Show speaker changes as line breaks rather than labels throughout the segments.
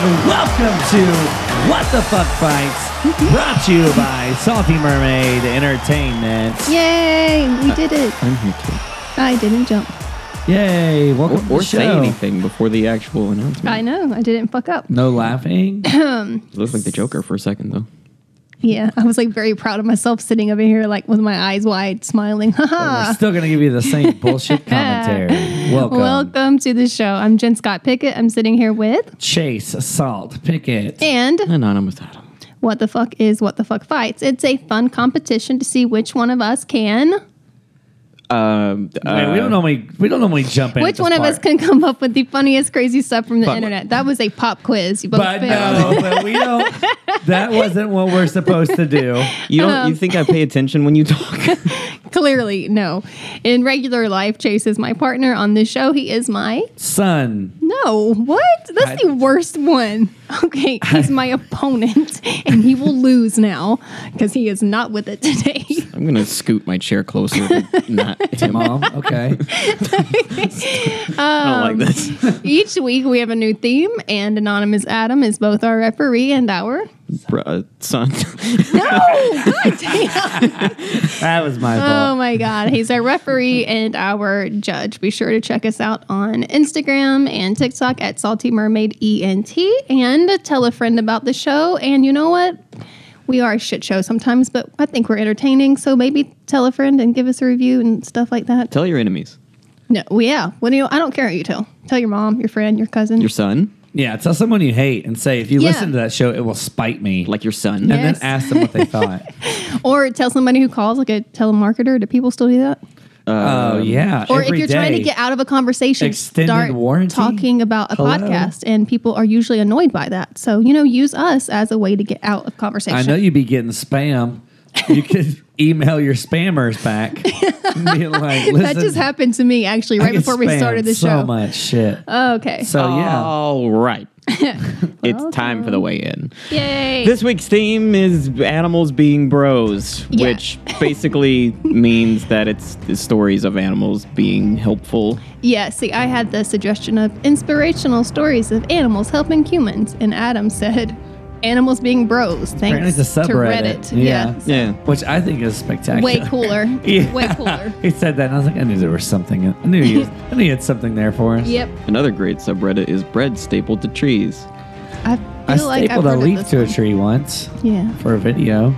Welcome to What the Fuck Fights, brought to you by Salty Mermaid Entertainment.
Yay! We did it.
I'm here too.
I didn't jump.
Yay! Welcome to
Or,
the
or say
show.
anything before the actual announcement.
I know. I didn't fuck up.
No laughing.
You look like the Joker for a second though.
Yeah, I was like very proud of myself sitting over here, like with my eyes wide, smiling.
We're
Haha.
still gonna give you the same bullshit commentary. Welcome,
Welcome to the show. I'm Jen Scott Pickett. I'm sitting here with
Chase Salt Pickett.
and
Anonymous Adam.
what the fuck is what the fuck fights? It's a fun competition to see which one of us can,
Um,
Wait, we don't normally we don't normally jump in. at
which
this
one of
part.
us can come up with the funniest crazy stuff from the
But-
internet. That was a pop quiz. You both
But uh,
failed.
no, but we don't. That wasn't what we're supposed to do.
You don't. you think I pay attention when you talk?
Clearly, no. In regular life, Chase is my partner on this show. He is my
Son,
No, what? That's
I-
the worst one. Okay, he's my opponent, and he will lose now because he is not with it today.
I'm gonna scoot my chair closer. to Not him. I
mom. Okay.
don't like this.
Each week we have a new theme, and Anonymous Adam is both our referee and our.
Bruh, uh, son.
No, God damn!
That was my
Oh
fault.
my God, he's our referee and our judge. Be sure to check us out on Instagram and TikTok at Salty Mermaid ENT, and tell a friend about the show. And you know what? we are a shit show sometimes, but I think we're entertaining. So maybe tell a friend and give us a review and stuff like that.
Tell your enemies.
No, well, yeah. Well, you know, I don't care who you tell. Tell your mom, your friend, your cousin.
Your son,
Yeah, tell someone you hate and say if you
Yeah.
listen to that show, it will spite me.
like your son.
and then
Yes.
ask them what they thought.
or tell somebody who calls, like a telemarketer. Do people still do that?
Oh yeah.
Or if
every
you're trying to
day.
get out of a conversation,
Extended
start
warranty?
talking about a
Hello?
podcast, and people are usually annoyed by that. So you know, use us as a way to get out of conversation.
I know you'd be getting spam. You could email your spammers back. and be like, Listen,
that just happened to me actually
I
right
get
before we
spammed
started the
so
show. Oh,
much shit.
Okay.
so yeah,
All right. it's time for the weigh in.
Yay.
This week's theme is animals being bros,
Yeah.
which basically means that it's the stories of animals being helpful.
Yeah, see, I had the suggestion of inspirational stories of animals helping humans, and Adam said, "Animals being bros."
apparently
Thanks
it's a
to
subreddit.
Reddit. Yeah,
Yeah.
which I think is spectacular.
way cooler.
Yeah.
Way cooler.
He said that, and I was like, I knew there was something. I knew you. I knew you had something there for us.
Yep,
Another great subreddit is bread stapled to trees.
I
I
feel like I've
stapled
heard
a
of
leaf
this
to a
one. Hmm.
tree once
Yeah,
for a video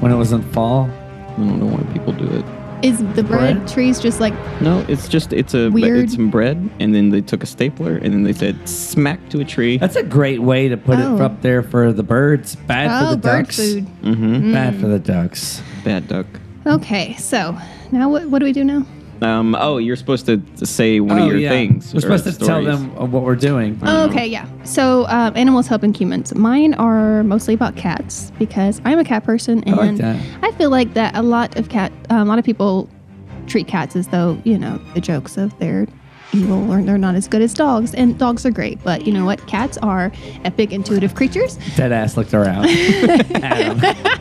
when it was in fall.
I don't know why people do it.
is the bread,
Bread?
trees just like
No, it's just it's a
Weird.
it's some bread, and then they took a stapler, and then they said smack to a tree.
That's a great way to put
Oh.
it up there for the birds. Bad
oh
for the
bird
ducks. Mm-hmm.
food? Mm.
Bad for the ducks.
Bad duck.
Okay, so now what, what do we do now?
Um. Oh, you're supposed to say one of your things.
Oh, We're
or
supposed to tell
stories.
them uh, what we're doing.
Oh, okay, yeah. So um, animals helping humans. Mine are mostly about cats because I'm a cat person, and
like that.
I feel like that a lot of cat, um, a lot of people treat cats as though you know the jokes of they're evil or they're not as good as dogs, and dogs are great, but you know what? Cats are epic, intuitive creatures.
Dead ass looked around. Adam.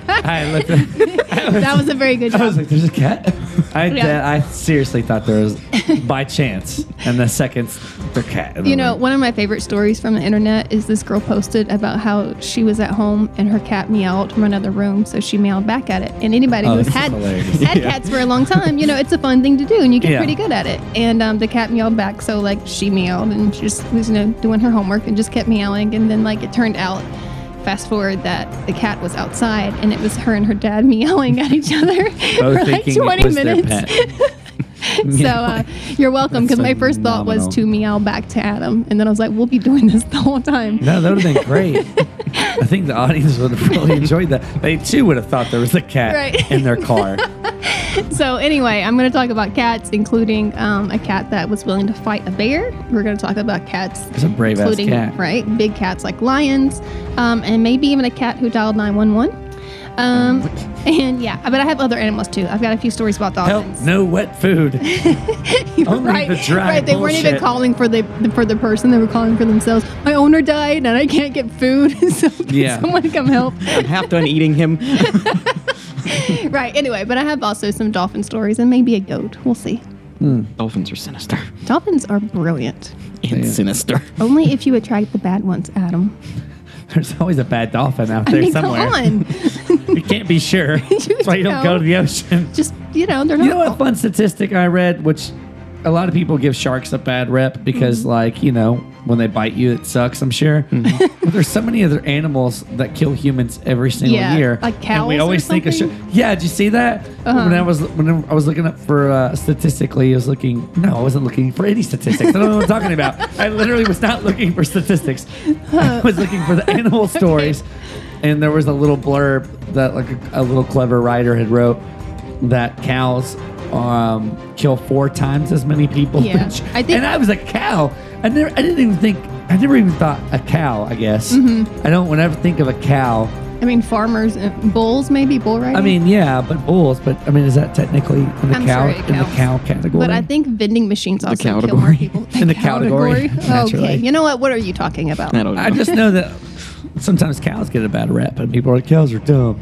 I looked.
That was a very good
I
job.
was like, "There's a cat." I
Yeah.
dead- I seriously thought there was by chance, and the seconds the cat. and
You
I'm
know,
like,
one of my favorite stories from the internet is this girl posted about how she was at home and her cat meowed from another room, so she meowed back at it. And anybody
Oh,
who's
this is
had,
hilarious.
had
Yeah.
cats for a long time, you know, it's a fun thing to do, and you get
Yeah.
pretty good at it. And um, the cat meowed back, so like she meowed and she just was you know doing her homework and just kept meowing, and then like it turned out. Fast forward that the cat was outside and it was her and her dad meowing at each other
both
for like
thinking it
20
was their
minutes.
pet.
So uh, you're welcome. Because
That's
my first thought was
phenomenal.
to meow back to Adam, and then I was like, we'll be doing this the whole time.
No, that would have been great. I think the audience would have really enjoyed that. They too would have thought there was a cat
Right.
in their car.
So anyway, I'm going to talk about cats, including um, a cat that was willing to fight a bear. We're going to talk about cats,
It's a brave ass
including
cat.
right big cats like lions, um, and maybe even a cat who dialed 911. Um, and yeah, but I have other animals too. I've got a few stories about
Help!
dolphins.
No wet food. Only the dry
right. They weren't even
bullshit.
calling for the for the person; they were calling for themselves. My owner died, and I can't get food. so can
Yeah.
someone come help?
I'm half done eating him.
Right. Anyway, but I have also some dolphin stories and maybe a goat. We'll see.
Dolphins are sinister
Dolphins are brilliant.
and
Yeah.
sinister.
Only if you attract the bad ones, Adam.
There's always a bad dolphin out
I
there
mean,
somewhere.
come on.
You can't be sure. That's why you don't go
know.
to the ocean.
Just, you know, they're not.
You know what fun statistic I read, which a lot of people give sharks a bad rep because,
Mm-hmm.
like, you know, when they bite you, it sucks. I'm sure. but there's so many other animals that kill humans every single
Yeah,
year.
like
And
cows
we
or
always think of shark.
something? Uh-huh.
Yeah, did you see that? When I was when I was looking up for uh, statistically, I was looking. No, I wasn't looking for any statistics. I don't know what I'm talking about. I literally was not looking for statistics. I was looking for the animal stories, and there was a little blurb that like a, a little clever writer had wrote that cows um, kill four times as many people.
Yeah,
than sh-
I think-
and I was a cow. I never, I didn't even think. I never even thought a cow. I guess
Mm-hmm.
I don't. Whenever I think of a cow,
I mean, farmers, and bulls, maybe, bull riding.
I mean, yeah, but bulls. But I mean, is that technically in the
I'm
cow
sure it
in the
counts.
cow category?
But I think vending machines also kill more
category.
people.
In the category, naturally.
okay. You know what? What are you talking about?
I don't know.
I just know that sometimes cows get a bad rep, and people are like, cows are dumb.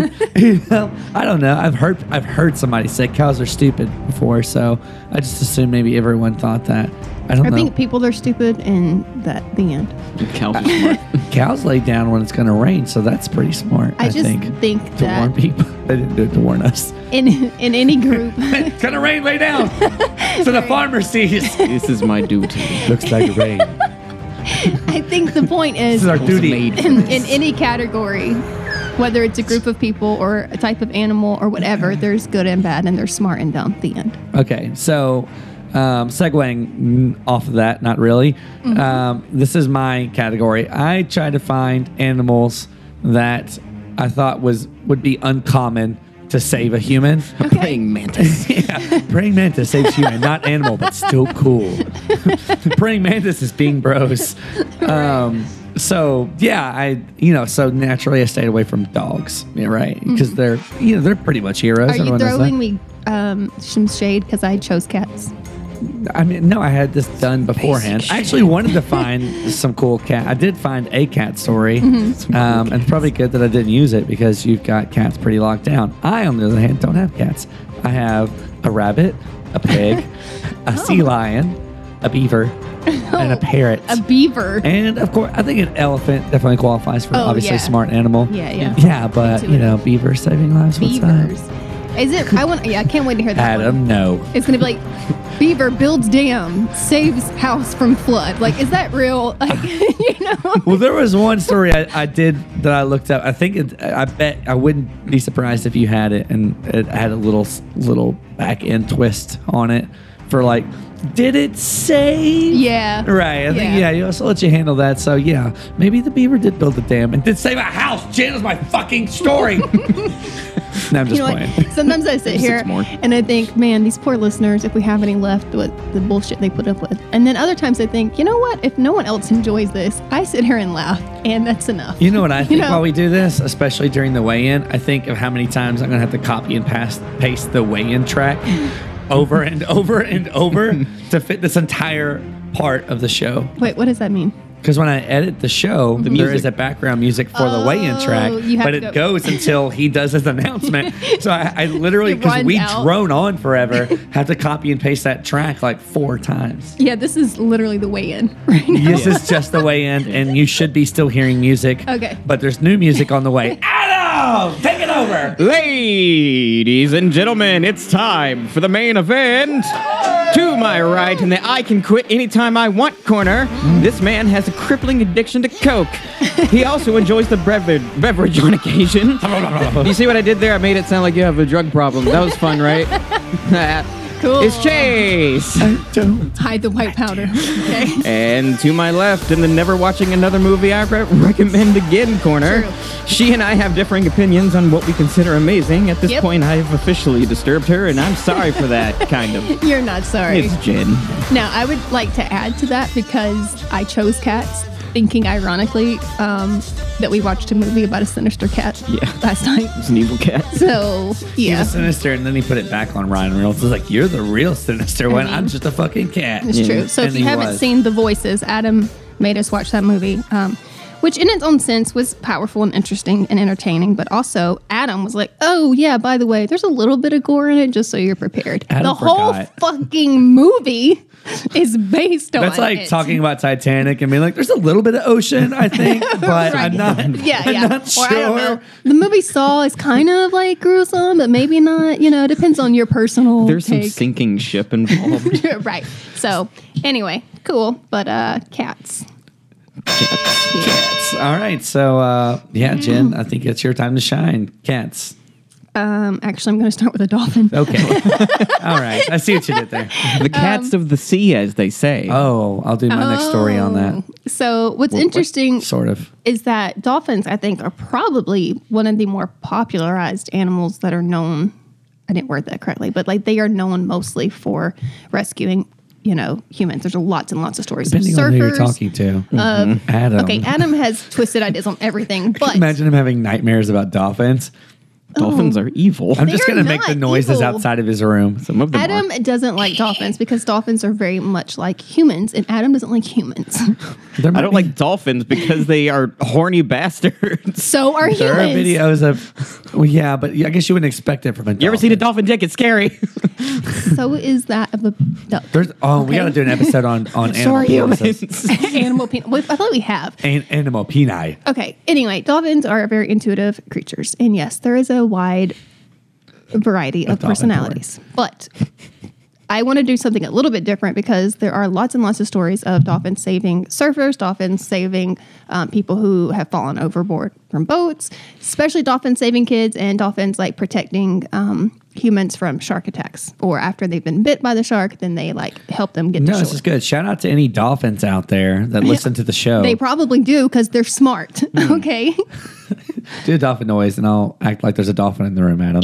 you know, I don't know. I've heard I've heard somebody say cows are stupid before, so I just assume maybe everyone thought that. I don't
I
know.
think people are stupid, and that the end.
Cows are smart.
cows lay down when it's going to rain, so that's pretty smart. I,
I, just
think
think,
to warn
that
people. They didn't do it to warn us.
in in any group,
It's going to rain. Lay down. so the farmer sees.
this is my duty.
Looks like rain.
I think the point
This
is
is our
in,
duty.
in any category, whether it's a group of people or a type of animal or whatever,
Mm-hmm.
there's good and bad, and there's smart and dumb. The end.
Okay, so um, segueing off of that, not really.
Mm-hmm.
Um, this is my category. I try to find animals that I thought was would be uncommon to save a human.
Praying mantis.
yeah, praying mantis saves human, not animal, but still cool. praying mantis is being bros. Um, so yeah, I you know so naturally I stayed away from dogs, yeah, right? Because they're you know they're pretty much heroes.
Mm-hmm. Are you
Everyone knows that.
throwing me um, some shade because I chose cats?
I mean, no, I had this done beforehand. I actually wanted to find some cool cat. I did find a cat story, um, and it's probably good that I didn't use it because you've got cats pretty locked down. I, on the other hand, don't have cats. I have a rabbit, a pig,
Oh.
a sea lion, a beaver, and a parrot.
A beaver.
and of course, I think an elephant definitely qualifies for
Oh,
obviously
yeah.
smart animal.
Yeah, yeah.
Yeah, but you
Into it.
know, beaver saving lives. What's
Beavers.
up?
Is it? I want. Yeah, I can't wait to hear that. one.
Adam, no.
It's gonna be like beaver builds dam, saves house from flood. Like, is that real? Like, you know.
Well, there was one story I, I did that I looked up. I think it, I bet I wouldn't be surprised if you had it, and it had a little little back end twist on it for like, did it save?
Yeah.
Right. I think
Yeah.
yeah. You also let you handle that. So yeah, maybe the beaver did build a dam and did save a house. Jan is my fucking story. no, I'm just
You know,
playing.
like, sometimes I sit
Six
here
more.
and I think, man, these poor listeners, if we have any left, what the bullshit they put up with. And then other times I think, you know what? If no one else enjoys this, I sit here and laugh, and that's enough.
You know what I think
know-
while we do this, especially during the weigh-in, I think of how many times I'm gonna have to copy and paste paste the weigh-in track over and over and over to fit this entire part of the show.
Wait, what does that mean?
Because when I edit the show, there
music.
is a background music for the
Oh,
weigh-in track,
you have
but
to
it
go-
goes until he does his announcement. so I, I literally,
It
because
runs
we
out.
drone on forever, have to copy and paste that track like four times.
Yeah, this is literally the weigh-in right now.
This is just the way in, and you should be still hearing music.
Okay.
But there's new music on the way. Adam, take it over.
Ladies and gentlemen, it's time for the main event. To my right, in the I can quit anytime I want corner, this man has a crippling addiction to Coke. He also enjoys the beverage, beverage on occasion. You see what I did there? I made it sound like you have a drug problem. That was fun, right?
Cool.
It's Chase.
Hide the white powder. Okay.
And to my left, in the never watching another movie I re- recommend again corner,
True.
she and I have differing opinions on what we consider amazing. At this
Yep.
point, I have officially disturbed her, and I'm sorry for that, kind of.
You're not sorry.
It's Jen.
Now, I would like to add to that because I chose cats, thinking ironically um, that we watched a movie about a sinister cat
Yeah.
last night.
It's an evil cat.
So, yeah.
He's a sinister, and then he put it back on Ryan Reynolds. He's like, "You're the real sinister one. I'm just a fucking cat."
It's true. So,
And
if
he
you haven't
was.
seen The Voices, Adam made us watch that movie. Um, which in its own sense was powerful and interesting and entertaining. But also, Adam was like, "Oh yeah, by the way, there's a little bit of gore in it, just so you're prepared."
Adam
the whole
forgot.
fucking movie is based on
That's like
it.
talking about Titanic and being like, "There's a little bit of ocean, I think, but I'm not.
Yeah,
I'm
yeah.
not
Or I don't know.
sure."
The movie Saw is kind of like gruesome, but maybe not. You know, it depends on your personal.
There's some
take.
sinking ship involved.
right. So anyway, cool. But uh cats.
Cats. All right, so uh, yeah, Jen, I think it's your time to shine. Cats.
Um actually I'm gonna start with a dolphin.
Okay. All right, I see what you did there.
the cats
Um,
of the sea, as they say.
Oh, I'll do my next story on that.
Oh. So what's interesting
Sort of.
is that dolphins I think are probably one of the more popularized animals that are known I didn't word that correctly, but like they are known mostly for rescuing, you know, humans. There's lots and lots of stories.
Depending
of
on who you're
surfers.
talking to.
um,
Mm-hmm. Adam.
Okay, Adam has twisted ideas on everything, but
Imagine him having nightmares about dolphins.
Dolphins are evil.
I'm just
They're
going to make the
not
noises
evil.
outside of his room.
Some of them are.
Adam doesn't like dolphins because dolphins are very much like humans, and Adam doesn't like humans.
There
I
might
don't
be-
like dolphins because they are horny bastards.
So are
There are
humans.
videos of. Well, yeah, but I guess you wouldn't expect it from a dolphin.
You ever seen a dolphin dick? It's scary.
So is that of a duck.
There's, oh, we
Okay.
got to do an episode on on
So are
animal penises.
humans.
animal penis. Wait, I thought we have.
An, animal peni.
Okay. Anyway, dolphins are very intuitive creatures, and yes, there is a wide variety of
dolphin
personalities. But I want to do something a little bit different because there are lots and lots of stories of dolphins saving surfers, dolphins saving um, people who have fallen overboard from boats, especially dolphins saving kids and dolphins like protecting um, humans from shark attacks. Or after they've been bit by the shark, then they like help them get
No,
to
this
shore.
is good. Shout out to any dolphins out there that listen to the show.
They probably do because they're smart.
Hmm.
Okay.
do a dolphin noise, and I'll act like there's a dolphin in the room, Adam.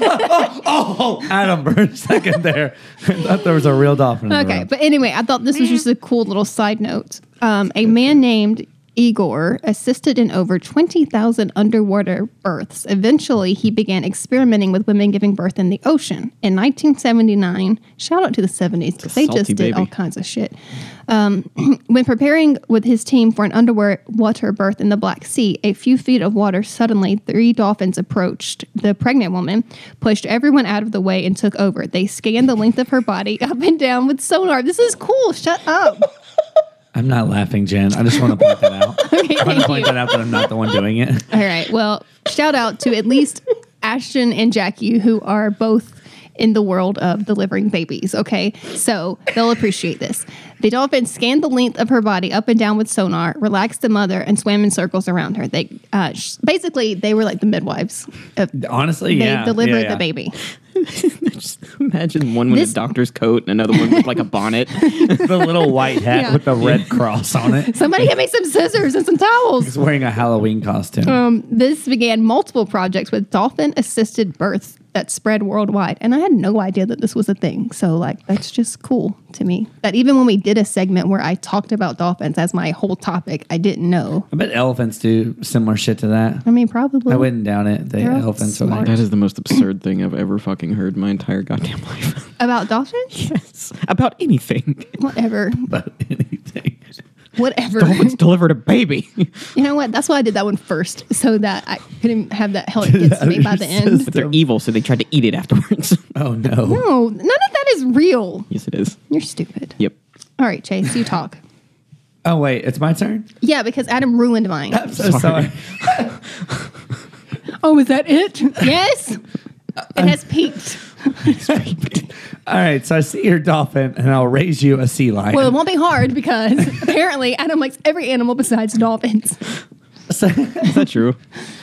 oh, Adam for a second there. I thought there was a real dolphin in the
Okay,
room.
but anyway, I thought this was just a cool little side note. Um, a man named Igor assisted in over 20,000 underwater births. Eventually, he began experimenting with women giving birth in the ocean. In 1979, shout out to the 70s because they
salty
just did all
baby.
kinds of shit. Um, when preparing with his team for an underwater birth in the Black Sea, a few feet of water suddenly, three dolphins approached the pregnant woman, pushed everyone out of the way, and took over. They scanned the length of her body up and down with sonar. This is cool. Shut up.
I'm not laughing, Jen. I just want to point that out. I want to
Thank
point
you.
that out that I'm not the one doing it.
All right. Well, shout out to at least Ashton and Jackie, who are both in the world of delivering babies. Okay. So they'll appreciate this. The dolphin scanned the length of her body up and down with sonar, relaxed the mother, and swam in circles around her. They uh, sh- basically they were like the midwives. Of, they
Honestly, yeah.
delivered
yeah, yeah.
the baby.
just imagine one with
This-
a doctor's coat and another one with like a bonnet.
The little white hat
Yeah.
with the red cross on it.
Somebody get me some scissors and some towels.
He's wearing a Halloween costume.
Um, This began multiple projects with dolphin assisted births that spread worldwide. And I had no idea that this was a thing. So, like, that's just cool to me. That even when we did a segment where I talked about dolphins as my whole topic, I didn't know.
I bet elephants do similar shit to that.
I mean, probably.
I wouldn't doubt it. The
They're all
elephants are like,
that is the most absurd thing I've ever fucking heard in my entire goddamn life.
About dolphins?
yes. About anything.
Whatever.
about anything.
Whatever.
Dolphins delivered a baby.
You know what? That's why I did that one first so that I couldn't have that held against me by the end.
but they're evil, so they tried to eat it afterwards.
Oh no.
No, none of that is real.
yes, it is.
You're stupid.
Yep.
All right, Chase, you talk.
Oh wait, it's my turn.
Yeah, because Adam ruined mine.
I'm so sorry.
Oh, is that it? Yes. It has peaked.
All right, so I see your dolphin, and I'll raise you a sea lion.
Well, it won't be hard because apparently Adam likes every animal besides dolphins.
So,
Is that true?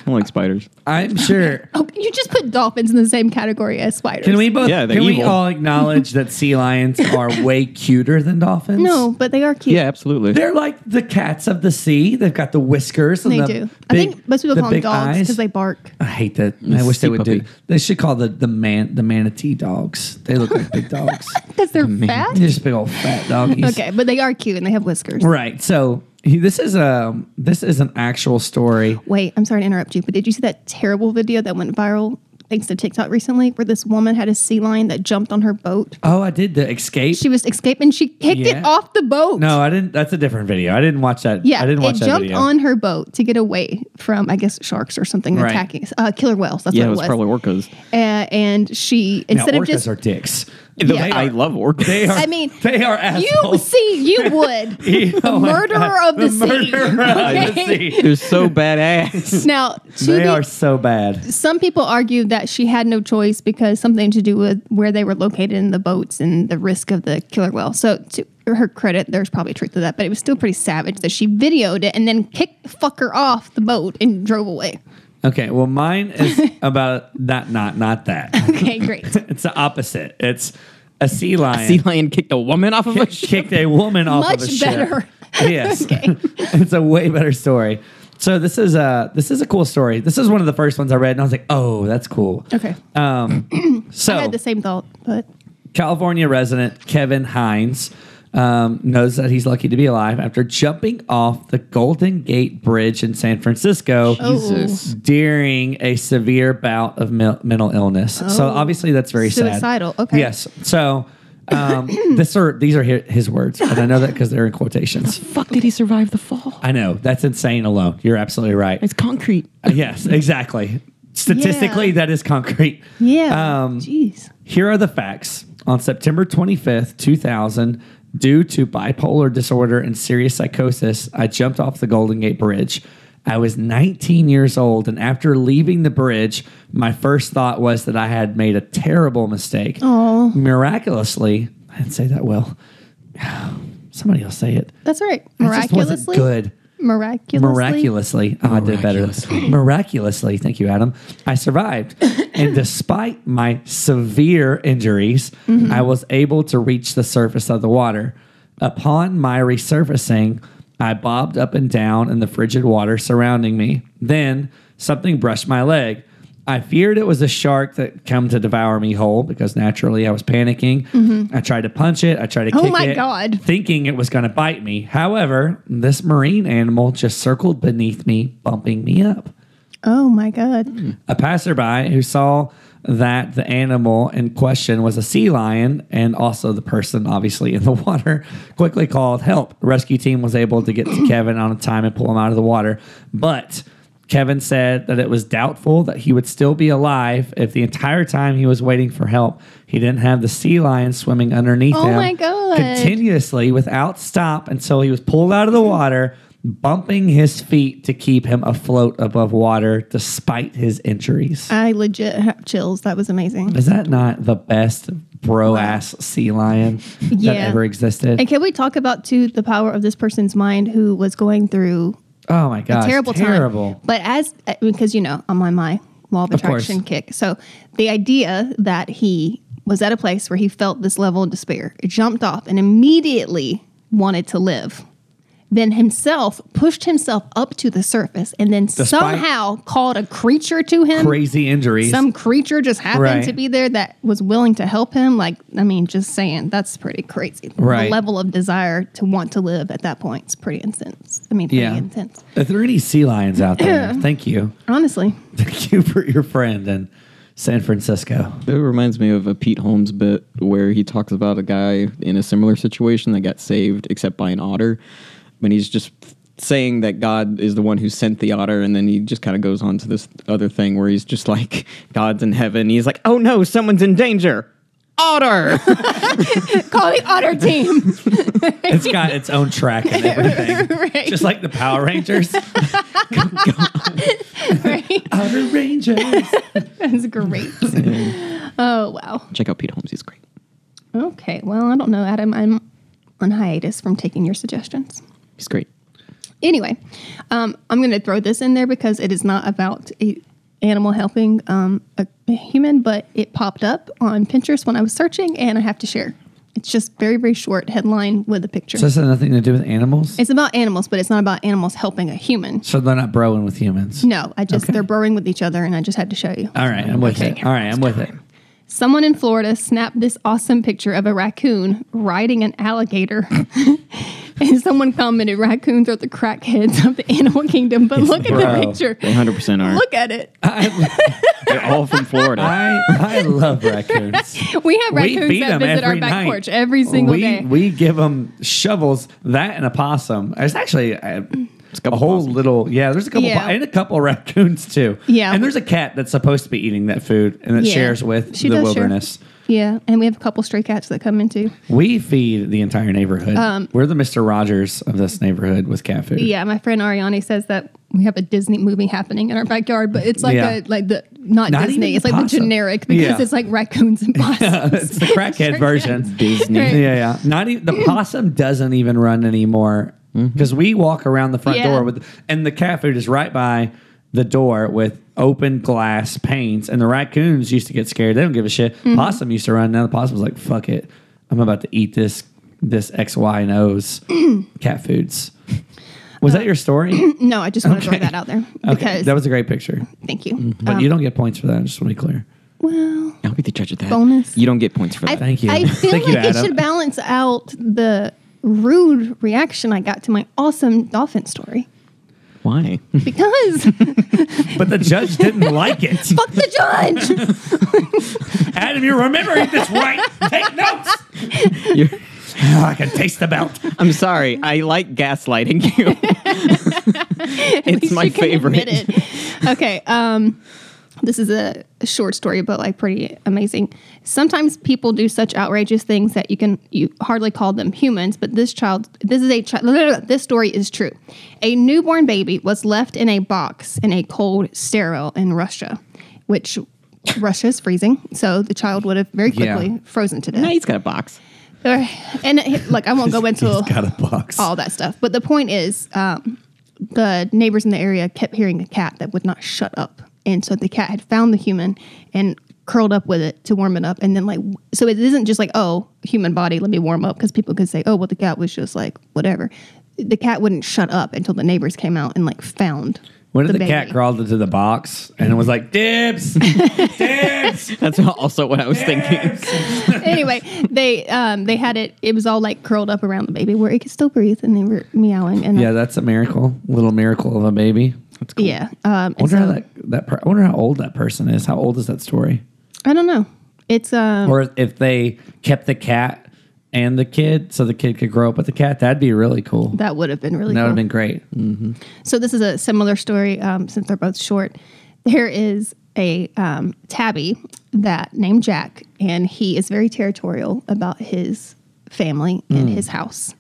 I like spiders.
I'm sure.
Oh, you just put dolphins in the same category as spiders.
Can we both?
Yeah, they're
can we
evil.
all acknowledge that sea lions are way cuter than dolphins?
No, but they are cute.
Yeah, absolutely.
They're like the cats of the sea. They've got the whiskers. And
They
the
do. I
big-
think most people
the
call them
big
dogs
eyes.
because they bark.
I hate that. I wish
sea
they would do.
puppy.
They should call the the man the manatee dogs. They look like big dogs.
Because they're fat?
They're just big old fat doggies.
Okay, but they are cute and they have whiskers.
Right. So he, this is a this is an actual story.
Wait, I'm sorry to interrupt you, but did you see that terrible video that went viral thanks to TikTok recently, where this woman had a sea lion that jumped on her boat.
Oh, I did the escape.
She was escaping. She kicked it
Yeah.
off the boat.
no, I didn't. That's a different video. I didn't watch that.
Yeah,
I didn't watch
it
that
jumped
video.
on her boat to get away from, I guess, sharks or something
Right.
attacking uh, killer whales. That's
Yeah,
what
it was probably orcas.
Uh, and she
now,
instead
orcas
of just,
are dicks.
Yeah.
I love orcas.
They are.
I mean,
they are
you
assholes.
see, you would the
Oh my
murderer
God.
of the, sea.
murderer of the
Okay?
sea.
They're so badass.
Now, to
They
the-
are so bad.
some people argue that she had no choice because something to do with where they were located in the boats and the risk of the killer whale. So, to her credit, there's probably truth to that, but it was still pretty savage that she videoed it and then kicked the fucker off the boat and drove away.
Okay, well, mine is about that. Not not that.
Okay, great.
It's the opposite. It's a sea lion.
Sea lion kicked a woman off of a ship.
kicked a woman off of a
Much
ship.
better.
Yes,
Okay.
it's a way better story. So this is a this is a cool story. This is one of the first ones I read, and I was like, "Oh, that's cool."
Okay.
Um,
I
so
had the same thought, but
California resident Kevin Hines um, knows that he's lucky to be alive after jumping off the Golden Gate Bridge in San Francisco
Jesus.
during a severe bout of me- mental illness. So obviously that's very sad.
Oh. Suicidal, okay.
Yes. So um, this are these are hi- his words, and I know that because they're in quotations.
Fuck, did he survive the fall?
I know that's insane alone. You're absolutely right.
It's concrete.
yes, exactly. Statistically,
Yeah.
that is concrete.
yeah.
Um,
Jeez.
Here are the facts. On September 25th, 2000, due to bipolar disorder and serious psychosis, I jumped off the Golden Gate Bridge. I was 19 years old, and after leaving the bridge, my first thought was that I had made a terrible mistake. Miraculously, I didn't say that well. Somebody else say it.
That's all right.
It just wasn't
Miraculously.
good.
Miraculously.
Miraculously, oh, I did better. Miraculously, thank you, Adam. I survived, and despite my severe injuries, I was able to reach the surface of the water. Upon my resurfacing, I bobbed up and down in the frigid water surrounding me. Then something brushed my leg. I feared it was a shark that come to devour me whole because naturally I was panicking. I tried to punch it. I tried to
Oh
kick
my
it,
God.
thinking it was going to bite me. However, this marine animal just circled beneath me, bumping me up.
Oh my God.
A passerby who saw that the animal in question was a sea lion and also the person obviously in the water quickly called help. The rescue team was able to get to Kevin on time and pull him out of the water, but Kevin said that it was doubtful that he would still be alive if the entire time he was waiting for help, he didn't have the sea lion swimming underneath
Oh
him.
my God.
Continuously without stop until he was pulled out of the water, bumping his feet to keep him afloat above water despite his injuries.
I legit have chills. That was amazing.
Is that not the best bro ass sea lion
Yeah.
that ever existed?
And can we talk about too the power of this person's mind who was going through
oh my gosh.
terrible,
terrible.
time? But as uh, because you know I'm on my law of
course.
attraction kick, so the idea that he was at a place where he felt this level of despair, jumped off, and immediately wanted to live. Then himself pushed himself up to the surface, and then somehow called a creature to him.
Crazy injuries.
Some creature just happened
Right.
to be there that was willing to help him. Like, I mean, just saying, that's pretty crazy.
Right.
The level of desire to want to live at that point is pretty intense. I mean, pretty
yeah.
intense.
If there are any sea lions out there, thank you.
Honestly,
Thank you for your friend in San Francisco.
It reminds me of a Pete Holmes bit where he talks about a guy in a similar situation that got saved except by an otter. But he's just saying that God is the one who sent the otter. And then he just kind of goes on to this other thing where he's just like, God's in heaven. He's like, oh no, someone's in danger. Otter.
call the otter team.
It's got its own track and everything.
right.
Just like the Power Rangers.
right.
Outer Rangers.
That's great. oh, wow.
Check out Pete Holmes. He's great.
Okay. Well, I don't know, Adam. I'm on hiatus from taking your suggestions.
He's great.
Anyway, um, I'm going to throw this in there because it is not about a animal helping um, a human, but it popped up on Pinterest when I was searching, and I have to share. It's just very very short headline with a picture.
So this has nothing to do with animals.
it's about animals, but it's not about animals helping a human.
so they're not broing with humans.
No, I just
Okay.
they're burrowing with each other, and I just had to show you.
All right, I'm with it. All right, I'm with it.
Someone in Florida snapped this awesome picture of a raccoon riding an alligator. And someone commented, raccoons are the crackheads of the animal kingdom. But look at
Bro.
the picture.
They 100% are.
Look at it.
They're all from Florida.
I, I love raccoons.
We have
We
raccoons
feed
that
them
visit our
every
back
night.
porch every single
we,
day.
We give them shovels, that and a possum. It's actually a,
a
a,
couple
whole
possums.
little, yeah, there's a couple,
Mm. Yeah.
po- and a couple raccoons too.
Yeah.
And there's a cat that's supposed to be eating that food and that
Yeah.
shares with
She
the
does share.
wilderness.
yeah, and we have a couple stray cats that come in too.
We feed the entire neighborhood. We're the Mr. Rogers of this neighborhood with cat food.
Um, Yeah, my friend Ariane says that we have a Disney movie happening in our backyard, but it's like
Yeah.
a like the not,
Not
Disney.
even
It's like
possum.
the generic because
Yeah.
it's like raccoons and possums.
It's the crackhead version.
Disney.
Right.
Yeah, yeah. Not even the possum doesn't even run anymore because we walk around the front
Yeah.
door with, and the cat food is right by the door with open glass panes. And the raccoons used to get scared; they don't give a shit.
Mm-hmm.
Possum used to run. Now the possum's like, "Fuck it, I'm about to eat this this X, Y, and O's cat foods." Was that your story?
no, I just want to throw that out there
Okay,
Uh, because Um,
that was Mm-hmm. a great picture,
thank you. Uh,
but you don't get points for that. I just want to be clear.
Well,
I'll be the judge of that.
Bonus.
You don't get points for that.
Thank you.
I feel
Thank you,
like it
Adam.
should balance out the rude reaction I got to my awesome dolphin story
Why?
because
But the judge didn't like it.
fuck the judge.
Adam, you're remembering this right. Take notes.
You're-
I can taste the belt.
I'm sorry. I like gaslighting you. it's my
She can admit
favorite.
it. Okay. Um, this is a short story, but like pretty amazing. Sometimes people do such outrageous things that you can you hardly call them humans. But this child, this is a child. This story is true. A newborn baby was left in a box in a cold sterile in Russia, which Russia is freezing, so the child would have very
Yeah.
quickly frozen to death.
No, he's got a box.
Uh, And uh, look, I won't go into
a box.
all that stuff. But the point is, um, the neighbors in the area kept hearing a cat that would not shut up, and so the cat had found the human and curled up with it to warm it up, and then like w- so it isn't just like oh human body let me warm up because people could say oh well the cat was just like whatever. The cat wouldn't shut up until the neighbors came out and like found.
What if the, cat
baby.
crawled into the box and it was like, dibs, dibs,
That's also what I was thinking.
anyway, they um they had it. It was all like curled up around the baby where it could still breathe, and they were meowing. And
Yeah, that's a miracle. Little miracle of a baby.
yeah. Um, and
I wonder how
so-
that, that per- I wonder how old that person is. How old is that story?
I don't know. It's um
Or if they kept the cat and the kid so the kid could grow up with the cat, that'd be really cool. That,
that would have been really
would
cool.
have been great.
so this is a similar story um, since they're both short. There is a um, tabby that named Jack, and he is very territorial about his family and his house.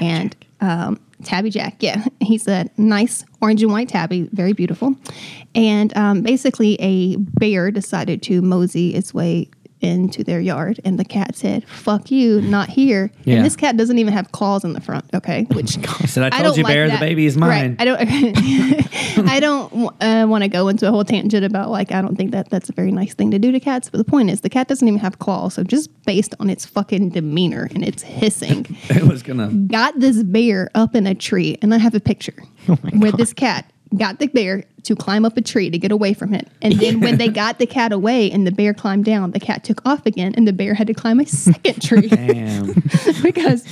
and Um, Tabby Jack, yeah, he's a nice orange and white tabby, very beautiful. And um, basically, a bear decided to mosey its way into their yard, and the cat said, "Fuck you, not here."
Yeah.
And this cat doesn't even have claws in the front, okay? Which
I said, I told
don't
you,
like
Bear,
that.
the baby is mine.
Right. I don't. I don't uh, want to go into a whole tangent about like I don't think that that's a very nice thing to do to cats. But the point is, the cat doesn't even have claws. So just based on its fucking demeanor and its hissing,
it was going to.
got this bear up in a tree, and I have a picture
Oh
where this cat got the bear to climb up a tree to get away from it. And then when they got the cat away and the bear climbed down, the cat took off again, and the bear had to climb a second tree
Damn.
because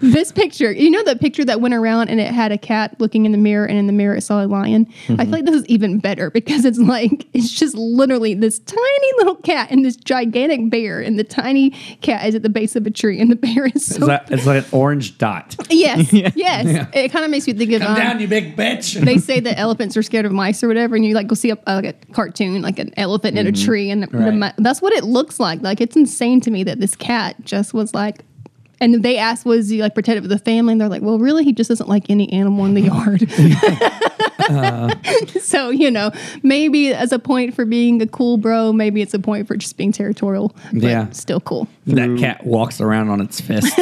this picture, you know, that picture that went around and it had a cat looking in the mirror, and in the mirror it saw a lion. I feel like this is even better because it's like it's just literally this tiny little cat and this gigantic bear, and the tiny cat is at the base of a tree, and the bear is
It's
so
like, it's like an orange dot.
yes, yes. It kind of makes you think of um,
you big bitch.
they say that elephants are scared of mice or whatever, and you like go see a, like a cartoon, like an elephant in a tree, and the,
Mm-hmm. Right.
mi- that's what it looks like. Like it's insane to me that this cat just was like, and they asked, was he like protective of the family? And they're like, well, really, he just doesn't like any animal in the yard. so you know, maybe as a point for being a cool bro, maybe it's a point for just being territorial. But
Yeah.
still cool.
That cat walks around on its fist.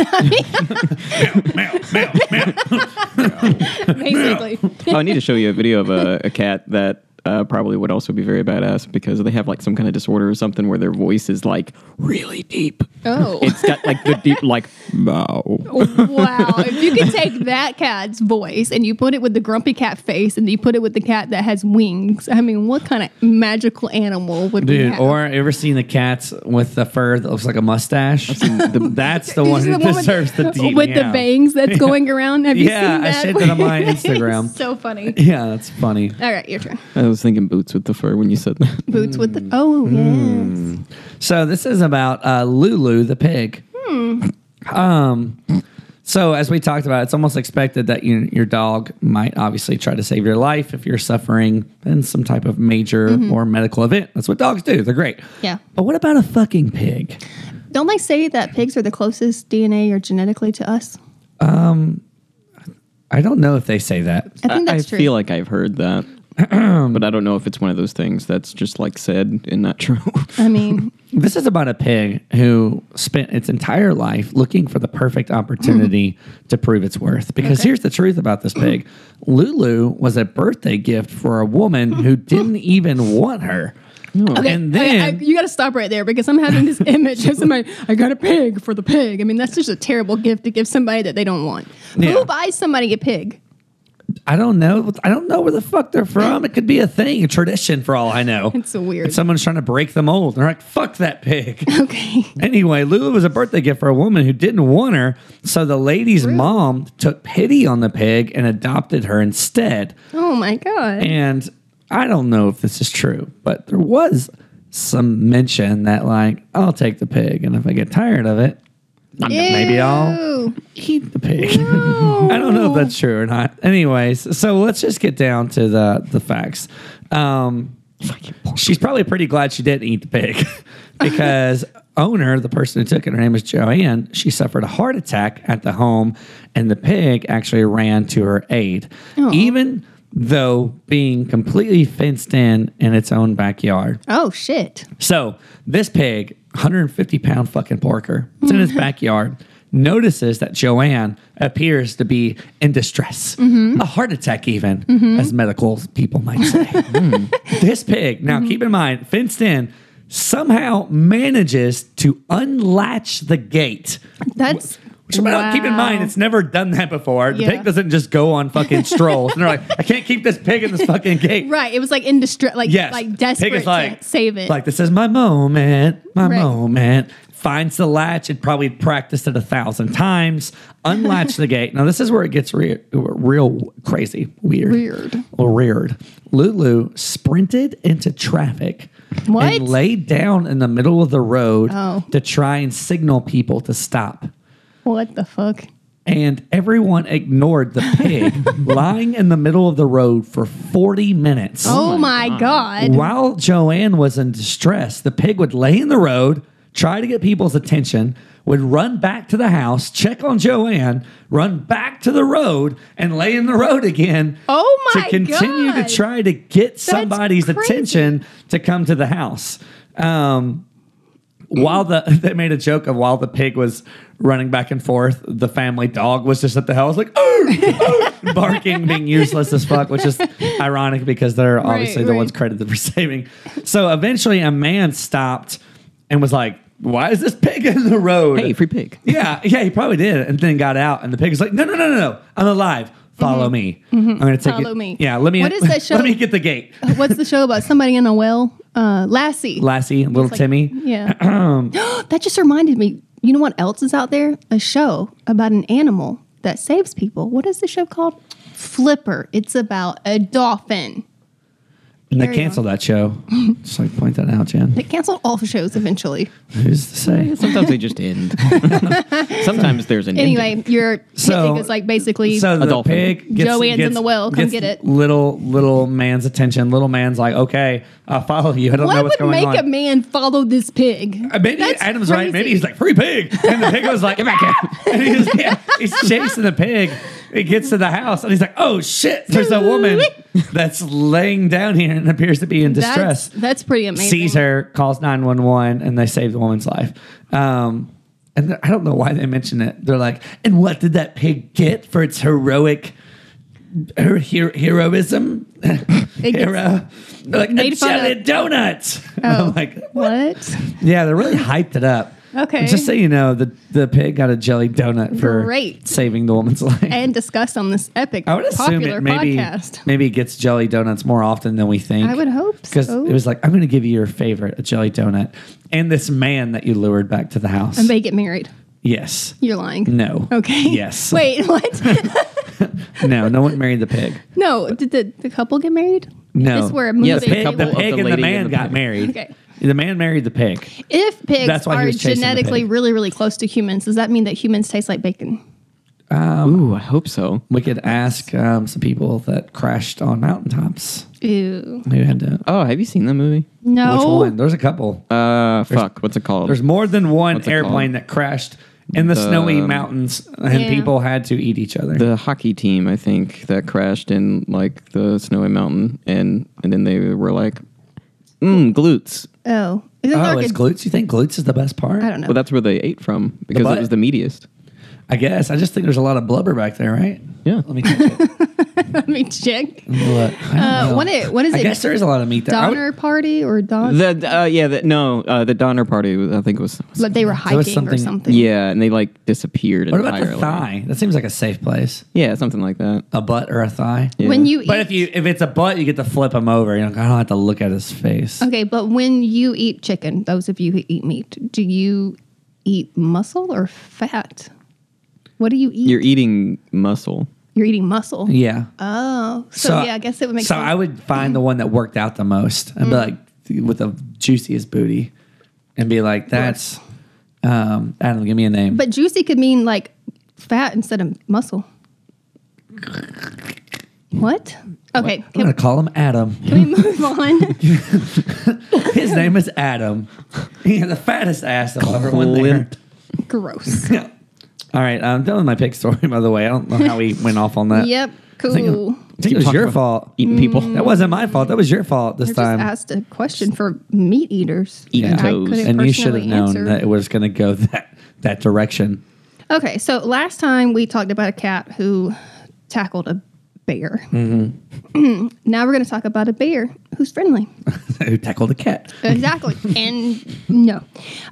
Basically,
Oh, I need to show you a video of a, a cat that uh, probably would also be very badass because they have like some kind of disorder or something where their voice is like really deep.
Oh.
It's got like the deep like bow.
wow. If you could take that cat's voice and you put it with the grumpy cat face and you put it with the cat that has wings, I mean, what kind of magical animal would we
Dude,
have?
or you ever seen the cats with the fur that looks like a mustache? That's the
Did you
one
see
who
one with-
deserves the deep.
With the
yeah.
bangs that's going around. Have you
Yeah,
seen
I
that?
shared that on my Instagram.
so funny.
Yeah, that's funny.
All right, your turn.
I was thinking boots with the fur when you said that.
Boots with
Hmm.
the oh yes.
So this is about uh, Lulu the pig. Um,
Hmm.
so as we talked about, it's almost expected that you, your dog might obviously try to save your life if you're suffering in some type of major or medical event. That's what dogs do. They're great.
Mm-hmm. Yeah.
But what about a fucking pig?
Don't they say that pigs are the closest DNA or genetically to us?
I don't know if they say that.
I think that's
I
true.
feel like I've heard that. but I don't know if it's one of those things that's just like said and not true.
I mean,
This is about a pig who spent its entire life looking for the perfect opportunity
Mm-hmm.
to prove its worth. Because here's the truth about this pig Lulu was a birthday gift for a woman who didn't even want her. And
Hmm. Okay, I-
then
you got to stop right there because I'm having this image of somebody. I got a pig for the pig. I mean, that's just a terrible gift to give somebody that they don't want.
Yeah.
Who buys somebody a pig?
I don't know. I don't know where the fuck they're from. It could be a thing, a tradition for all I know.
It's so weird.
And someone's trying to break the mold. They're like, fuck that pig.
Okay,
Anyway, Lulu was a birthday gift for a woman who didn't want her, so the lady's mom took pity on the pig and adopted her instead.
Oh my god.
And I don't know if this is true, but there was some mention that like I'll take the pig, and if I get tired of it, maybe I'll
Ew.
eat the pig. I don't know if that's true or not. Anyways, so let's just get down to the the facts. Um, she's probably pretty glad she didn't eat the pig because owner, the person who took it, her name is Joanne. She suffered a heart attack at the home, and the pig actually ran to her aid, even though being completely fenced in in its own backyard.
Oh shit.
So this pig, 150 pound fucking porker, it's in his backyard, notices that Joanne appears to be in distress,
Mm-hmm.
a heart attack, even as medical people might say. This pig,
Mm-hmm.
now keep in mind, fenced in, somehow manages to unlatch the gate.
That's
Which, but uh, Keep in mind,
wow.
it's never done that before. The
Yeah.
pig doesn't just go on fucking strolls. and they're like, I can't keep this pig in this fucking gate.
right. It was like in distress, like
Yes.
like
Pig
desperate
is like-
to save it.
Like, this is my moment, my
Right.
moment. Finds the latch. It probably practiced it a thousand times. Unlatch the gate. Now, this is where it gets re- real crazy, weird.
Weird.
Weird. Lulu sprinted into traffic
What?
and laid down in the middle of the road
Oh.
to try and signal people to stop
what the fuck?
and everyone ignored the pig lying in the middle of the road for 40 minutes.
Oh, my god.
While Joanne was in distress, the pig would lay in the road, try to get people's attention, would run back to the house, check on Joanne, run back to the road, and lay in the road again.
Oh my
To continue
God.
to try to get somebody's
crazy.
attention to come to the house. Um, while the they made a joke of while the pig was running back and forth, the family dog was just at the house like "Arr! Arr!" barking, being useless as fuck, which is ironic because they're obviously the
right.
ones credited for saving. So eventually, a man stopped and was like, "Why is this pig in the road?"
hey, free pig.
Yeah, yeah, he probably did, and then got out, and the pig was like, "No, no, no, no, no, I'm alive. Follow me. I'm gonna take
Mm-hmm. Follow
it.
me.
Yeah, let me.
What is that show?
Let me get the gate.
What's the show about? Somebody in a well? Uh, Lassie.
Lassie, little
like-
Timmy.
Yeah. that just reminded me. You know what else is out there? A show about an animal that saves people. What is the show called? Flipper. It's about a dolphin.
And they
Carry on.
canceled that show. Just like point that out, Jen.
They canceled all the shows eventually.
Who's to say?
Sometimes they just end. Sometimes there's an ending.
Anyway, your
So-
so, is like basically
So the
dolphin.
pig gets,
Joanne's in
gets-
the well. Come
gets
get it.
Little little man's attention. Little man's like, okay, I'll follow you. I don't know
what
what's
would
going
make a
on.
man follow this pig?
Uh, Maybe
That's
Adam's right.
crazy.
Maybe he's like free pig, and the pig was like, "Get back here!" And he's, yeah, he's chasing the pig. It gets to the house, and he's like, "Oh shit! There's a woman that's laying down here and appears to be in distress."
That's, that's pretty amazing.
sees her, calls 911, and they save the woman's life. Um, and th- I don't know why they mention it. They're like, and what did that pig get for its heroic her hero, heroism.
It gets-
Hero. They're like, a
Made fun
jelly
of.
donut. I'm like,
Oh. What?
yeah, they really hyped it up.
Okay.
Just so you know, the, the pig got a jelly donut for
Great.
saving the woman's life.
and discussed on this epic
I would assume
popular
it maybe
podcast.
maybe it gets jelly donuts more often than we think.
I would hope
because
so.
it was like I'm going to give you your favorite, a jelly donut, and this man that you lured back to the house.
And they get married.
yes,
You're lying.
no,
Okay.
yes,
Wait, what?
no, no one married the pig.
no, did the, the couple get married?
No,
This were a movie.
Yes,
the pig,
couple
the
of
pig
the
and the
lady
man
and the
got
pig.
married.
Okay.
The man married the pig.
If pigs
That's why he
are
was chasing the
genetically
pig.
really, really close to humans, does that mean that humans taste like bacon?
Ooh, I hope so.
We could ask um, some people that crashed on mountaintops
Ew.
who had to.
Oh, have you seen that movie?
No.
Which one? There's a couple.
Uh, fuck. What's it called?
There's more than one
What's it
airplane
called? Um,
that crashed in the, snowy mountains, and
Yeah.
people had to eat each other.
the hockey team, I think, that crashed in like the snowy mountain, and and then they were like, mm, glutes.
Oh. Isn't there
Oh,
like
it's
a-
glutes. You think glutes is the best part?
I don't know.
Well, that's where they ate from because
butt?
it was the meatiest.
I guess. I just think there's a lot of blubber back there, right?
Yeah.
Let me touch it.
Let me check.
Look, I don't
Uh,
know.
what it- what is
I
it?
guess there is a lot of meat there. I would-
Donner party or dog?
The uh, yeah, the, no, uh, the Donner Party. was- I think was
But they were
was
hiking or
something-
something.
yeah, and they like disappeared.
what about
entirely.
the thigh? That seems like a safe place.
Yeah, something like that.
A butt or a thigh.
Yeah.
When you eat,
But if you if it's a butt, you get to flip him over. You know, I don't have to look at his face.
okay, but when you eat chicken, those of you who eat meat, do you eat muscle or fat? What do you eat?
You're eating muscle.
You're eating muscle.
Yeah.
Oh, so, yeah, I guess it would make
So
sense. Mm.
I would find the one that worked out the most and be like with the juiciest booty, and be like, that's. Um, Adam, give me a name.
but juicy could mean like fat instead of muscle. What? Okay,
I'm
Can,
gonna call him Adam.
can we move on?
His name is Adam. He had the fattest ass of everyone there.
Clint.
Gross.
Yeah. All right, I'm done with my pig story. By the way, I don't know how we went off on that.
Yep.
I think,
Cool.
I think it was
talking
your
about
fault.
Eating people.
That wasn't my fault. That was your fault this
I just
time.
asked a question for meat eaters.
Eating
and I
toes.
couldn't
and you should
personally
have known
answer.
that it was going to go that that direction.
Okay, so last time we talked about a cat who tackled a bear.
Mm-hmm.
now we're going to talk about a bear who's friendly.
Who tackled the cat?
Exactly. and no.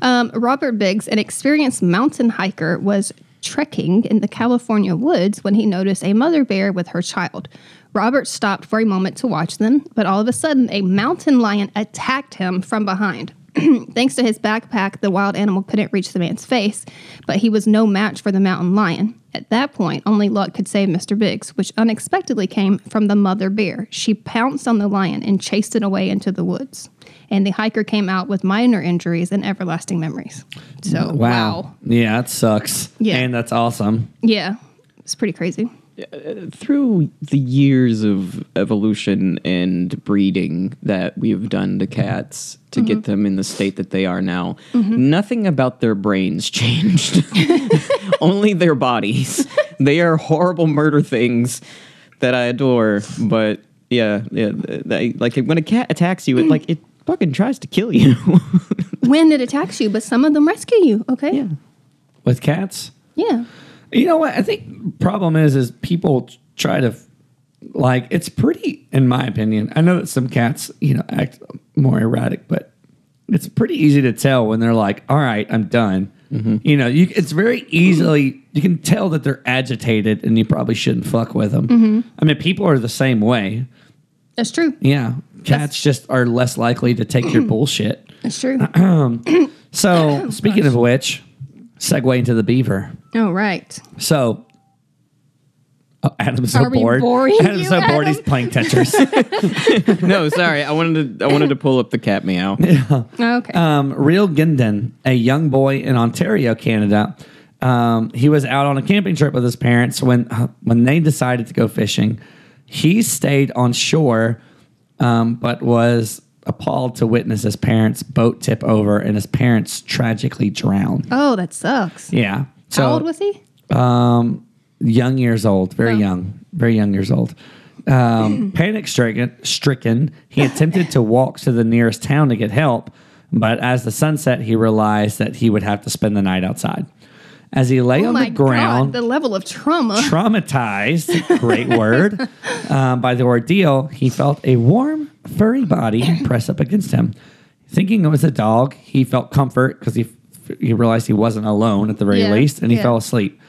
Um, Robert Biggs, an experienced mountain hiker, was trekking in the California woods when he noticed a mother bear with her child. Robert stopped for a moment to watch them, but all of a sudden, a mountain lion attacked him from behind. Thanks to his backpack, the wild animal couldn't reach the man's face, but he was no match for the mountain lion. At that point, only luck could save Mr. Biggs, which unexpectedly came from the mother bear. She pounced on the lion and chased it away into the woods and the hiker came out with minor injuries and everlasting memories. So wow,
Yeah, that sucks.
Yeah.
and that's awesome.
yeah, it's pretty crazy.
through the years of evolution and breeding that we've done to cats to get them in the state that they are now, nothing about their brains changed. Only their bodies. They are horrible murder things that I adore, but yeah, yeah, they, like when a cat attacks you, it like it fucking tries to kill you.
When it attacks you, but some of them rescue you. Okay, yeah,
With cats, you know what? I think problem is is people try to like it's pretty, in my opinion. I know that some cats, you know, act more erratic, but it's pretty easy to tell when they're like, "All right, I'm done." You know, you, it's very easily you can tell that they're agitated, and you probably shouldn't fuck with them.
Mm-hmm.
I mean, people are the same way.
that's true.
Yeah, cats just are less likely to take your bullshit.
That's true.
So, speaking of which, segue into the beaver.
All right,
So, oh, Adam's so
Are we
bored.
boring
Adam's
you,
so bored.
Adam?
He's playing Tetris.
no, sorry, I wanted to I wanted to pull up the cat meow.
okay,
um, Real Gindon, a young boy in Ontario, Canada. Um, he was out on a camping trip with his parents when uh, when they decided to go fishing. He stayed on shore, um, but was appalled to witness his parents' boat tip over and his parents tragically drown.
oh, that sucks.
Yeah. So
How old was he?
young years old, very
Oh.
young, very young years old. Um, panic stricken, stricken, he attempted to walk to the nearest town to get help, but as the sun set, he realized that he would have to spend the night outside. as he lay on
Oh my
the ground,
God, the level of trauma.
traumatized, great word, um, by the ordeal, he felt a warm, furry body press up against him. Thinking it was a dog, he felt comfort because he, he realized he wasn't alone at the very
Yeah,
least, and he
yeah.
fell asleep.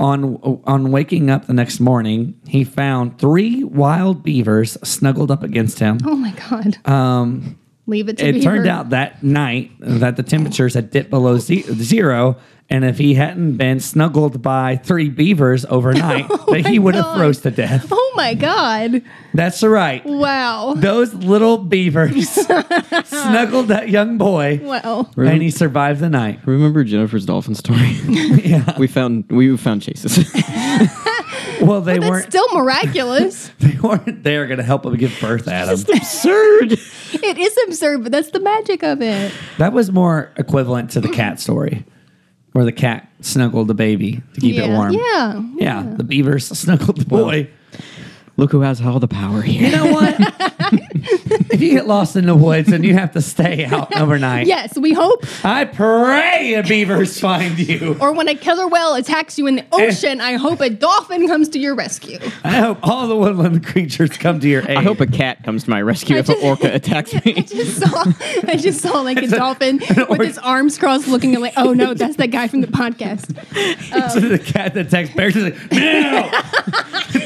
On, on waking up the next morning, he found three wild beavers snuggled up against him.
oh my God.
Um,
Leave it to
it
Beaver.
turned out that night that the temperatures had dipped below ze- zero, and if he hadn't been snuggled by three beavers overnight, that he
Oh my
would have
God.
froze to death.
Oh my God.
That's right.
Wow.
Those little beavers snuggled that young boy,
Wow.
and he survived the night.
Remember Jennifer's dolphin story?
Yeah.
we found we found chases.
Well, they
That's
weren't.
still miraculous.
They weren't there going to help him give birth, Adam.
Absurd.
it is absurd, but that's the magic of it.
That was more equivalent to the cat story, where the cat snuggled the baby to keep
yeah.
it warm.
Yeah.
Yeah, the beavers snuggled the boy.
Look who has all the power here.
You know what? if you get lost in the woods and you have to stay out overnight,
Yes, we hope.
I pray a beavers find you.
Or when a killer whale attacks you in the
Eh.
ocean, I hope a dolphin comes to your rescue.
I hope all the woodland creatures come to your aid.
I hope a cat comes to my rescue if an orca attacks
I
me.
just saw, I just saw like a dolphin with his arms crossed, looking at like, oh no, that's that guy from the podcast.
it's the cat that attacks bears is like, no!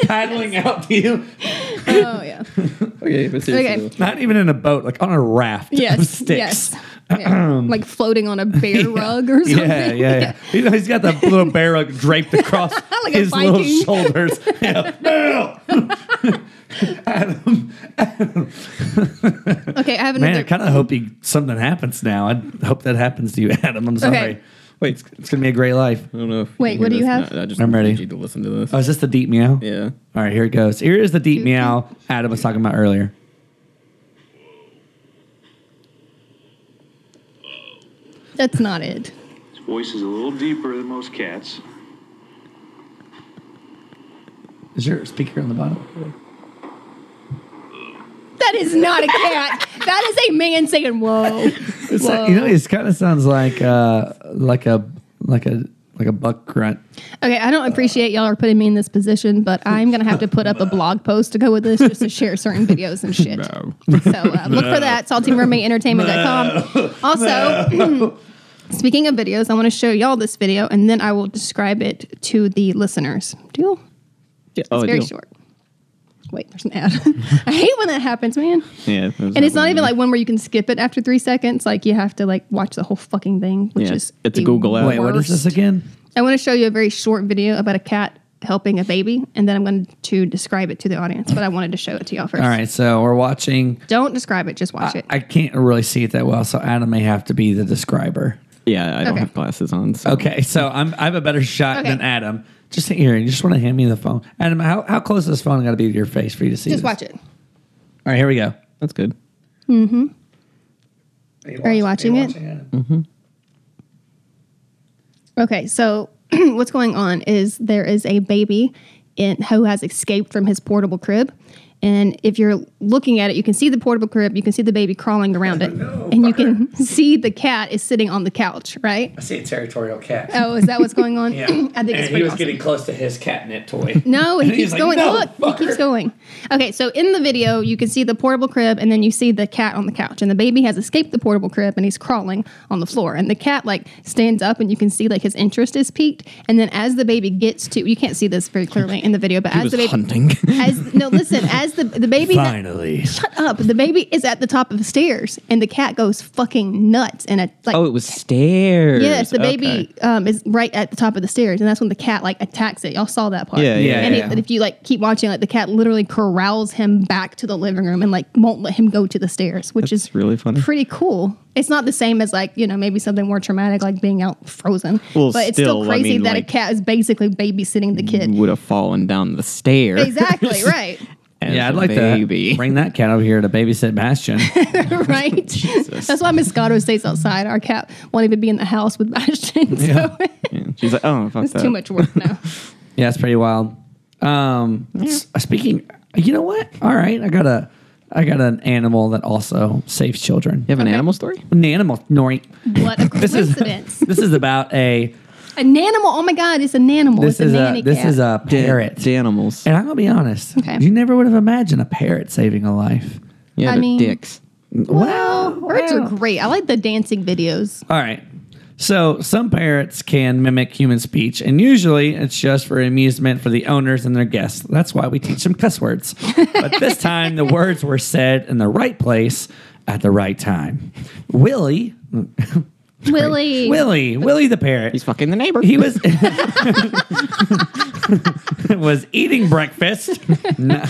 paddling out to you.
Oh yeah,
okay, but
seriously,
Not even in a boat, like on a raft of
yes,
sticks.
yes, Yeah. like floating on a bear rug or something.
Yeah, yeah, yeah. You know, he's got that little bear rug draped across
a
his little
Viking.
shoulders. Yeah. No!
Okay, I have
Man,
another.
I kind of hope he, something happens now. I hope that happens to you, Adam. I'm sorry.
Okay.
Wait, it's, it's gonna be a great life.
I don't know. If
Wait,
can
what
hear
do you
this.
have?
No, I just
I'm
need
ready.
you to listen to this.
Oh, is this the deep meow?
yeah.
All right, here it goes. Here is the deep meow Adam was talking about earlier.
that's not it.
Voice is a little deeper than most cats.
Is your speaker on the bottom?
That is not a cat. that is a man saying, "Whoa."
It's like, you know, it kind of sounds like uh, like a like a like a buck grunt.
Okay, I don't appreciate y'all are putting me in this position, but I'm gonna have to put up a blog post to go with this just to share certain videos and shit. So uh, look for that saltymermaidentertainment.com. Also, speaking of videos, I want to show y'all this video and then I will describe it to the listeners. Deal?
yeah.
It's very short. Wait, there's an ad. I hate when that happens, man.
Yeah.
And it's not even like one where you can skip it after three seconds. Like you have to like watch the whole fucking thing, which
Yeah,
is
it's a
the
Google ad.
Wait, what is this
worst.
again?
I want to show you a very short video about a cat helping a baby, and then I'm going to describe it to the audience. But I wanted to show it to y'all first.
All right, so we're watching.
Don't describe it. Just watch
I,
it.
I can't really see it that well, so Adam may have to be the describer.
Yeah, I don't
Okay.
have glasses on. So.
Okay, so I'm I have a better shot
Okay.
than Adam. Just here, you just want to hand me the phone, Adam. How how close is this phone got to be to your face for you to see?
just
this?
watch it.
All right, here we go.
That's good.
Are you watching it? Okay, so what's going on is there is a baby in, who has escaped from his portable crib. And if you're looking at it, you can see the portable crib, you can see the baby crawling around it, and you can see the cat is sitting on the couch, right?
I see a territorial cat.
Oh, is that what's going on? I think it's pretty awesome.
close to his catnip toy.
No, he
And he's
keeps
like,
going.
"No,
Look,
fucker."
he keeps going. Okay, so in the video, you can see the portable crib, and then you see the cat on the couch, and the baby has escaped the portable crib, and he's crawling on the floor, and the cat like stands up, and you can see like his interest is piqued, and then as the baby gets to, you can't see this very clearly in the video, but as
was
the baby,
hunting.
as no, listen, as the the baby
Finally.
shut up, the baby is at the top of the stairs, and the cat goes fucking nuts, and it like
Oh, it was stairs.
Yes, the
Okay.
baby um, is right at the top of the stairs, and that's when the cat like attacks it. Y'all saw that part.
Yeah, yeah,
And
yeah.
It, if you like keep watching, like the cat literally corrals him back to the living room and like won't let him go to the stairs, which
That's
is
really funny.
pretty cool. It's not the same as like you know maybe something more traumatic like being out frozen,
Well,
but it's still
still, I
crazy
mean,
that
like-
a cat is basically babysitting the kid.
would have fallen down the stairs.
Exactly right,
as
Yeah, I'd
a
like
baby.
to bring that cat over here to babysit Bastion.
right. That's why Miss Scotto stays outside. Our cat won't even be in the house with Ashton, so
Yeah, She's like, oh, fuck
it's
that.
too much work now.
yeah, it's pretty wild. Um, s- Speaking, you know what? All right, I got a, I got an animal that also saves children.
You have an animal story?
An animal, Nori.
What a
This is
coincidence!
this is about a
An animal. Oh my God, it's an animal.
This
it's
is
a
a
nanny
this
cat.
is a
Da-
parrot.
da- animals.
And I'm gonna be honest.
Okay.
You never would have imagined a parrot saving a life.
Yeah,
I
they're
mean-
dicks.
Wow.
Birds
wow.
are great. I like the dancing videos.
All right. So some parrots can mimic human speech, and usually it's just for amusement for the owners and their guests. That's why we teach them cuss words. but this time, the words were said in the right place at the right time. Willie,
Willie.
Willie, Willie the parrot.
He's fucking the neighbor.
He was was eating breakfast, not,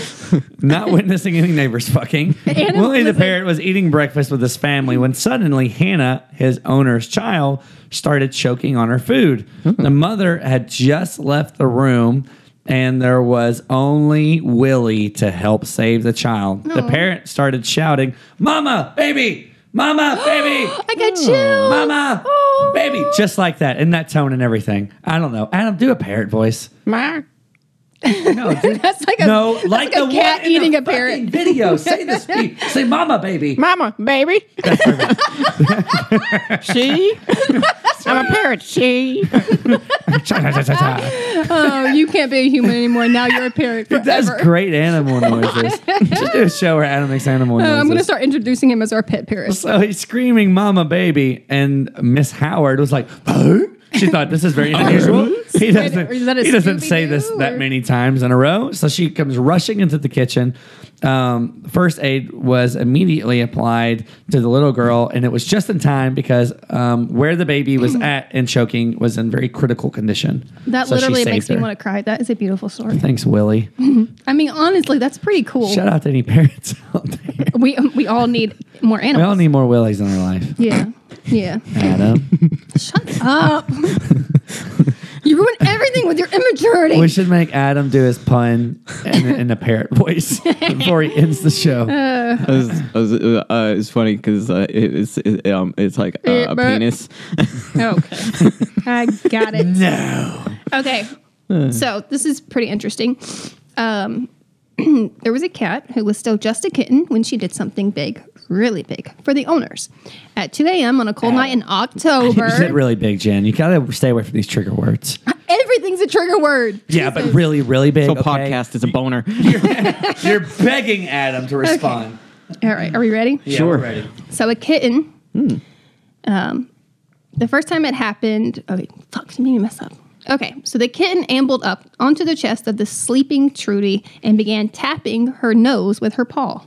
not witnessing any neighbors fucking.
Hannah
Willie the
was like-
parrot was eating breakfast with his family when suddenly Hannah, his owner's child, started choking on her food. The mother had just left the room. And there was only Willie to help save the child. The parent started shouting, Mama, baby, Mama, baby.
I got chills.
Mama,
Oh.
baby, just like that, in that tone and everything. I don't know. Adam, do a parrot voice. No, dude.
That's like a
no,
that's
like,
like a
the
cat
one in
eating
the
a parrot.
fucking Video. Say this. Say, Mama, baby.
Mama, baby. she? I'm a parrot. She?
Cha, cha, cha, cha, cha.
Oh, you can't be a human anymore. Now you're a parrot forever.
That's great animal noises. Just do a show where Adam makes animal
Uh,
noises.
I'm going to start introducing him as our pet parrot.
So he's screaming, "Mama, baby!" and Miss Howard was like, "Huh?" She thought this is very unusual. he doesn't,
is that a
he doesn't say
Scooby-Doo,
this that
or-
many times in a row. So she comes rushing into the kitchen. Um, first aid was immediately applied to the little girl, and it was just in time because um, where the baby was at and choking was in very critical condition.
That
So she
literally
saved
makes me
her.
want to cry. That is a beautiful story.
Thanks, Willie.
I mean, honestly, that's pretty cool.
Shout out to any parents out there.
We um, we all need more
We all
animals.
need more Willies in our life.
yeah. Yeah.
Adam.
Shut up. you ruin everything with your immaturity.
We should make Adam do his pun in, in a parrot voice before he ends the show.
Uh,
It was- it was, uh, uh, it's funny because uh, it, it's, it, um, it's like uh, a
but-
penis.
okay. I got it.
no.
Okay. So this is pretty interesting. Um, there was a cat who was still just a kitten when she did something big, really big, for the owners. At 2 a.m. on a cold night in
You said
October,
really big, Jen. You gotta stay away from these trigger words.
everything's a trigger word.
Yeah, but really, really big.
So
okay?
podcast is a boner.
You're begging Adam to respond.
All right, are we ready?
Yeah,
Sure.
we're ready.
So a kitten. Um, the first time it happened. Okay, fuck, you made me mess up. Okay, so the kitten ambled up onto the chest of the sleeping Trudy and began tapping her nose with her paw.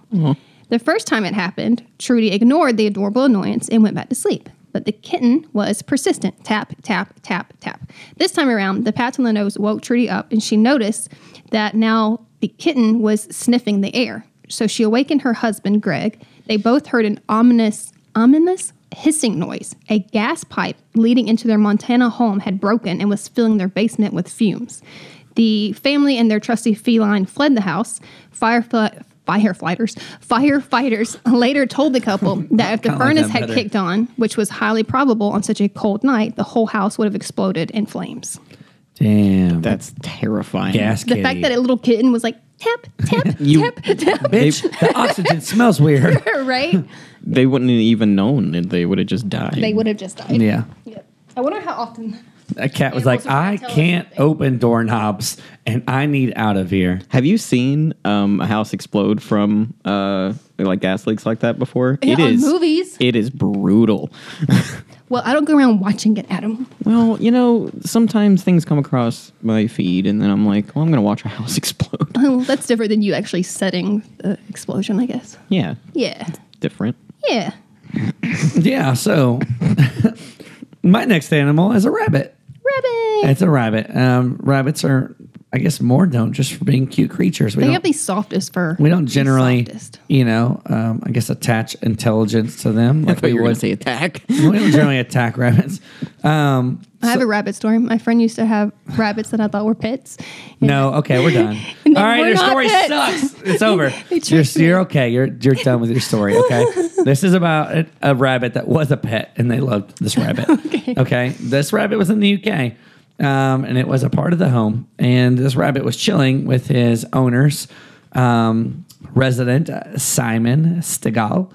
The first time it happened, Trudy ignored the adorable annoyance and went back to sleep. But the kitten was persistent. Tap, tap, tap, tap. This time around, the pats on the nose woke Trudy up and she noticed that now the kitten was sniffing the air. So she awakened her husband, Greg. They both heard an ominous, ominous hissing noise. A gas pipe leading into their Montana home had broken and was filling their basement with fumes. The family and their trusty feline fled the house. Firefly, firefighters, firefighters later told the couple that if the
Kinda like
furnace
that
had
better.
kicked on, which was highly probable on such a cold night, the whole house would have exploded in flames.
Damn. That
That's terrifying.
gas
The
kitty.
fact that a little kitten was like tap tap
You-
tap tap,
Bitch, the oxygen smells weird.
right?
They wouldn't have even known and they would have just died.
They would have just died.
Yeah.
Yep. I wonder how often.
A cat was like,
Animals are trying
I
to tell us
can't
something."
open doorknobs and I need out of here.
Have you seen um, a house explode from uh, like gas leaks like that before?
Yeah,
it
on
is
movies.
It is brutal.
Well, I don't go around watching it, Adam.
Well, you know, sometimes things come across my feed, and then I'm like, well, I'm gonna watch a house explode.
Well, that's different than you actually setting the explosion, I guess.
yeah,
Yeah.
different.
Yeah.
Yeah, so my next animal is a rabbit.
Rabbit.
It's a rabbit. Um, rabbits are, I guess, more known just for being cute creatures. We
They
don't,
have the softest fur.
we don't
The
generally,
softest.
you know, um, I guess, attach intelligence to them like we would.
say attack.
We don't generally attack rabbits. Um,
I have a rabbit story. My friend used to have rabbits that I thought were pets. And
no, okay, we're done. All
And they
right,
were
your
not
story
pets.
sucks. It's over.
tricked
you're,
me.
you're okay. You're you're done with your story. Okay, this is about a, a rabbit that was a pet, and they loved this rabbit. okay. this rabbit was in the UK, um, and it was a part of the home. And this rabbit was chilling with his owners, um, resident uh, Simon Stegall,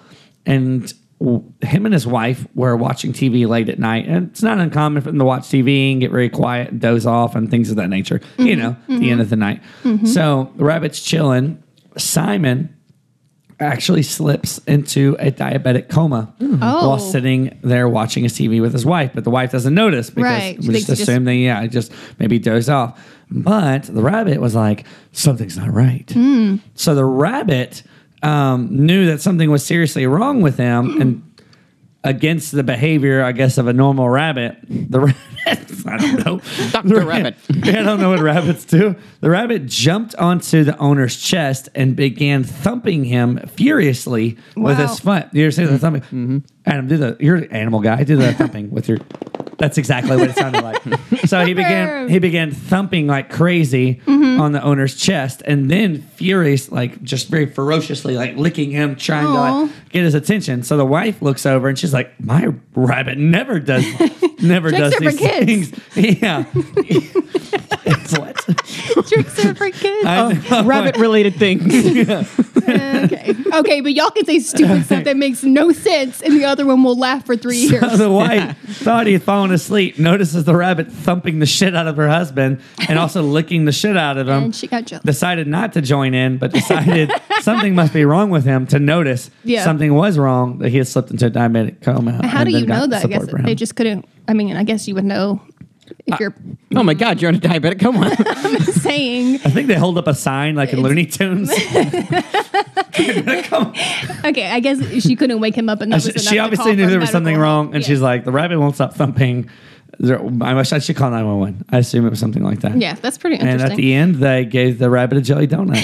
and w- him and his wife were watching TV late at night, and it's not uncommon for them to watch TV and get very quiet, and doze off, and things of that nature. You know, at the end of the night. So the rabbit's chilling. Simon actually slips into a diabetic coma
Oh.
while sitting there watching his TV with his wife, but the wife doesn't notice because
Right. She
we just
thinks he just-
assume that yeah, I just maybe dozed off. But the rabbit was like, something's not right.
Hmm.
So the rabbit um, knew that something was seriously wrong with him and against the behavior, I guess, of a normal rabbit. The rabbit, I don't know.
Dr.
The
Rabbit.
I don't know what rabbits do. The rabbit jumped onto the owner's chest and began thumping him furiously with
Wow.
his foot. You ever see
Mm-hmm.
the thumping? Adam, do the, you're an animal guy. Do the thumping with your, that's exactly what it sounded like. so he began, he began thumping like crazy
Mm-hmm.
on the owner's chest and then furious, like just very ferociously, like licking him, trying to
Aw.
like, get his attention. So the wife looks over and she's like, "My rabbit never does, never
Tricks
does
are for
these
kids.
things." Yeah. It's what?
Tricks are for kids.
I
Oh,
know.
Rabbit related things.
okay. Oh, Okay, but y'all can say stupid stuff that makes no sense, and the other one will laugh for three years.
the wife thought he had fallen asleep, notices the rabbit thumping the shit out of her husband and also licking the shit out of him.
And she got jealous.
Decided not to join in, but decided something must be wrong with him to notice
Yeah.
something was wrong that he had slipped into a diabetic coma.
How
and
do
then
you
got
know that? I guess
support for him.
they just couldn't. I mean, I guess you would know if you're
oh my God, you're on a diabetic coma.
saying.
I think they hold up a sign like in Looney Tunes.
Okay, I guess she couldn't wake him up, and that was
she
enough
she
to
obviously
call
knew
for
there was something
medical
wrong,
help.
and
Yeah.
she's like, "The rabbit won't stop thumping." There, I, wish I should call nine one one. I assume it was something like that.
"Yeah, that's pretty
And
interesting."
at the end, they gave the rabbit a jelly donut.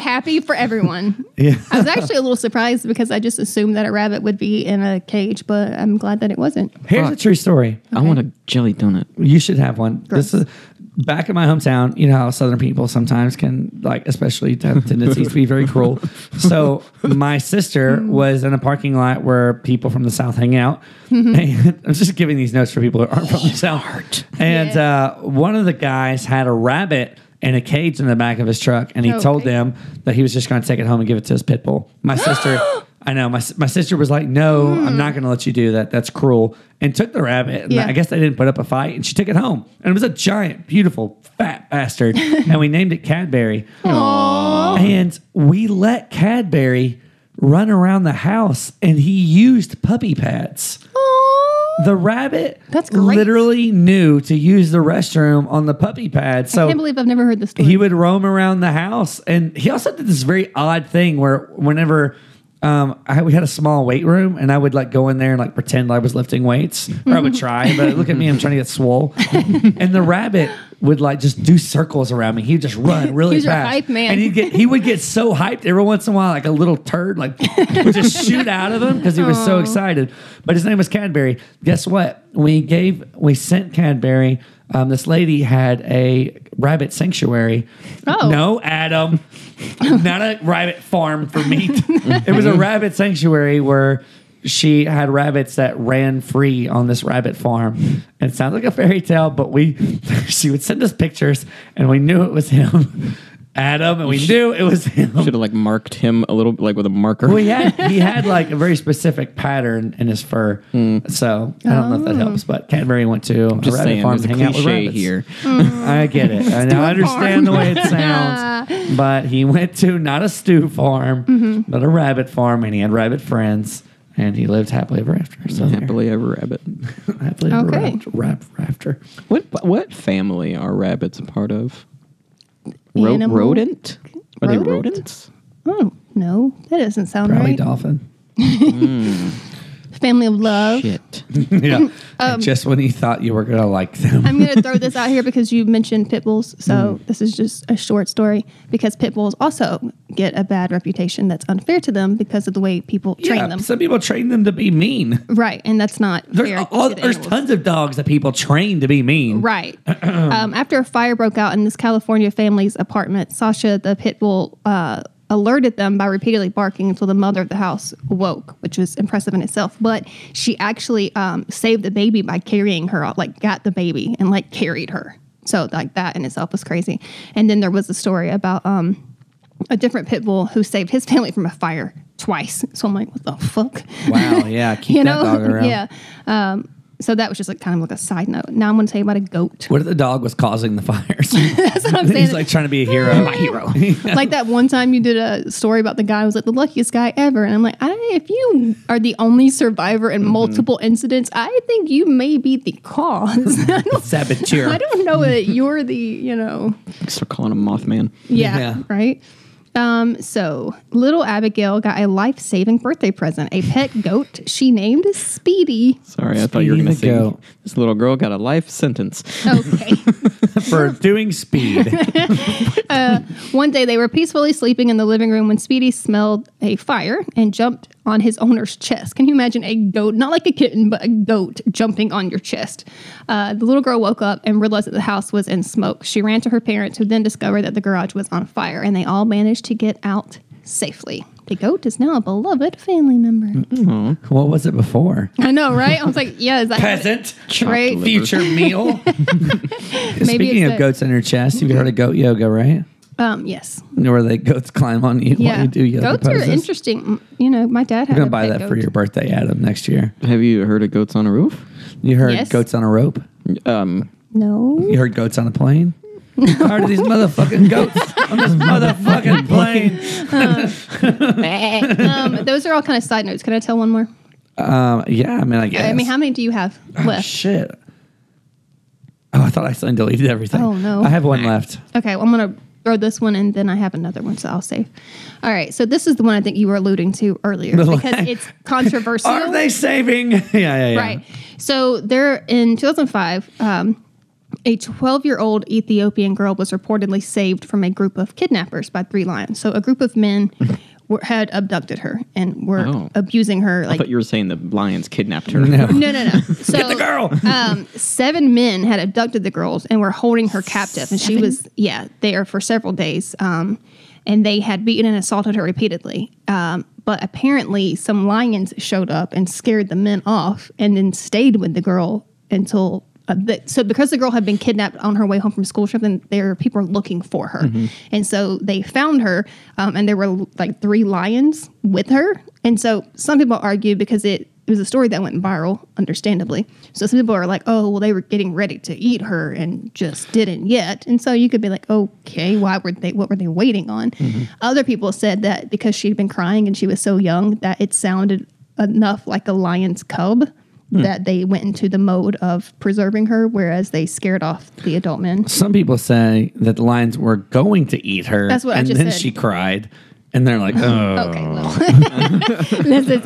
Happy for everyone. I was actually a little surprised because I just assumed that a rabbit would be in a cage, but I'm glad that it wasn't.
Here's a true story.
I want a jelly donut.
You should have one. This is back in my hometown. You know how Southern people sometimes can like, especially have tendencies to be very cruel. So my sister was in a parking lot where people from the South hang out. And I'm just giving these notes for people who aren't from the South. And uh, one of the guys had a rabbit in a cage in the back of his truck, and he
Okay.
told them that he was just going to take it home and give it to his pit bull. My sister. I know my, s- my sister was like, "No, I'm not going to let you do that. That's cruel." And took the rabbit. And
Hmm. Yeah.
I guess they didn't put up a fight, and she took it home. And it was a giant, beautiful, fat bastard. and we named it Cadbury. And we let Cadbury run around the house, and he used puppy pads. The rabbit
That's great.
literally knew to use the restroom on the puppy pad. So
I can't believe I've never heard this story.
he would roam around the house and he also did this very odd thing where whenever um, I, we had a small weight room and I would like go in there and like pretend I was lifting weights or I would try, but look at me, I'm trying to get swole. and the rabbit would like just do circles around me. He'd just run really
He's your
fast.
hype man.
And he'd get, he would get so hyped every once in a while, like a little turd, like would just shoot out of him because he was so excited. But his name was Cadbury. Guess what? We gave, we sent Cadbury. Um, this lady had a rabbit sanctuary.
Oh.
No, Adam. Not a rabbit farm for meat. it was a rabbit sanctuary where she had rabbits that ran free on this rabbit farm. And it sounds like a fairy tale, but we she would send us pictures and we knew it was him. Adam, and we knew it was him.
Should have like marked him a little, like with a marker.
Well, he had he had like a very specific pattern in his fur, so I don't know if that helps. But Cadbury went to a
Hmm. Just
rabbit
saying,
farm
there's
to
a
hang out with
cliche
rabbits. Oh,
here.
I get it. And I understand the way it sounds. but he went to not a stew farm,
Mm-hmm.
but a rabbit farm, and he had rabbit friends, and he lived happily ever after. So there.
Happily ever rabbit.
happily ever
Okay.
after. Rap, after.
What what family are rabbits a part of? Ro-
Animal-
rodent? Are they
Rodent?
rodents?
oh no, that doesn't sound
Probably
right.
dolphin.
Family of love.
Shit.
yeah. Just when you thought you were gonna like them.
I'm going to throw this out here because you mentioned pit bulls.
Hmm.
So this is just a short story because pit bulls also get a bad reputation that's unfair to them because of the way people train
Yeah,
them.
Some people train them to be mean.
right. And that's not fair.
There's, all,
to the
there's
animals.
tons of dogs that people train to be mean.
Right. um, after a fire broke out in this California family's apartment, Sasha the pit bull uh, alerted them by repeatedly barking until the mother of the house woke, which was impressive in itself. But she actually um, saved the baby by carrying her, out, like got the baby and like carried her. So like that in itself was crazy. And then there was a story about um, a different pit bull who saved his family from a fire twice. So I'm like, what the fuck?
Wow, yeah, keep
you
that
know?
dog around.
Yeah. Um, so that was just like kind of like a side note. Now I'm going to tell you about a goat.
What if the dog was causing the fires? That's
what I'm
He's
saying.
like trying to be a hero. My hero.
like that one time you did a story about the guy who was like the luckiest guy ever, and I'm like, I if you are the only survivor
Mm-hmm.
in multiple incidents, I think you may be the cause. I don't-
Saboteur.
I don't know that you're the you know
Start calling him Mothman.
yeah,
Yeah.
right. Um, so little Abigail got a life saving birthday present, a pet goat she named Speedy.
Sorry, I thought you were going to
Speedy the
say
goat.
this little girl got a life sentence.
Okay.
For doing speed.
One day they were peacefully sleeping in the living room when Speedy smelled a fire and jumped on his owner's chest. Can you imagine a goat, not like a kitten, but a goat jumping on your chest? Uh, the little girl woke up and realized that the house was in smoke. She ran to her parents, who then discovered that the garage was on fire, and they all managed to get out safely. The goat is now a beloved family member.
what was it before?
I know, right? I was like, yeah, is that
Peasant.
Right?
Future meal. Speaking
it's
of
a-
goats in your chest, you've heard of goat yoga, right?
Um, yes.
Where the goats climb on you while
Yeah.
you do yoga
Goats are
poses.
interesting. Mm, You know, my dad had
I'm gonna
a
buy
pet
that for
goat.
your birthday, Adam, next year.
Have you heard of goats on a roof?
You heard
Yes.
goats on a rope.
Um,
No.
You heard goats on a plane. Tired of these motherfucking goats on this motherfucking plane.
um, those are all kind of side notes. Can I tell one more?
Um, yeah, I mean, I guess.
I mean, how many do you have
Oh,
left?
shit. Oh, I thought I suddenly deleted everything.
Oh, no.
I have one left.
Okay, well, I'm gonna throw this one and then I have another one, so I'll save. All right, so this is the one I think you were alluding to earlier
The
because
line-
it's controversial,
Are they saving? yeah, yeah, yeah.
right? So there, in 2005, um, a 12-year-old Ethiopian girl was reportedly saved from a group of kidnappers by three lions. So a group of men. Were, had abducted her and were
Oh.
abusing her like
but you were saying the lions kidnapped her.
no no no so
Get the girl.
um, seven men had abducted the girls and were holding her captive, and she was yeah there for several days. Um, and they had beaten and assaulted her repeatedly. Um, but apparently, some lions showed up and scared the men off, and then stayed with the girl until. Uh, the, so because the girl had been kidnapped on her way home from school or something, there people were looking for her, and so they found her, um, and there were like three lions with her, and so some people argue because it it was a story that went viral, understandably. So some people are like, oh, well, they were getting ready to eat her and just didn't yet. And so you could be like, okay, why were they, what were they waiting on? Other people said that because she'd been crying and she was so young that it sounded enough like a lion's cub that they went into the mode of preserving her, whereas they scared off the adult men.
Some people say that the lions were going to eat her.
That's what I
And
just
then
said.
she cried. And they're like, oh,
Okay, well, this is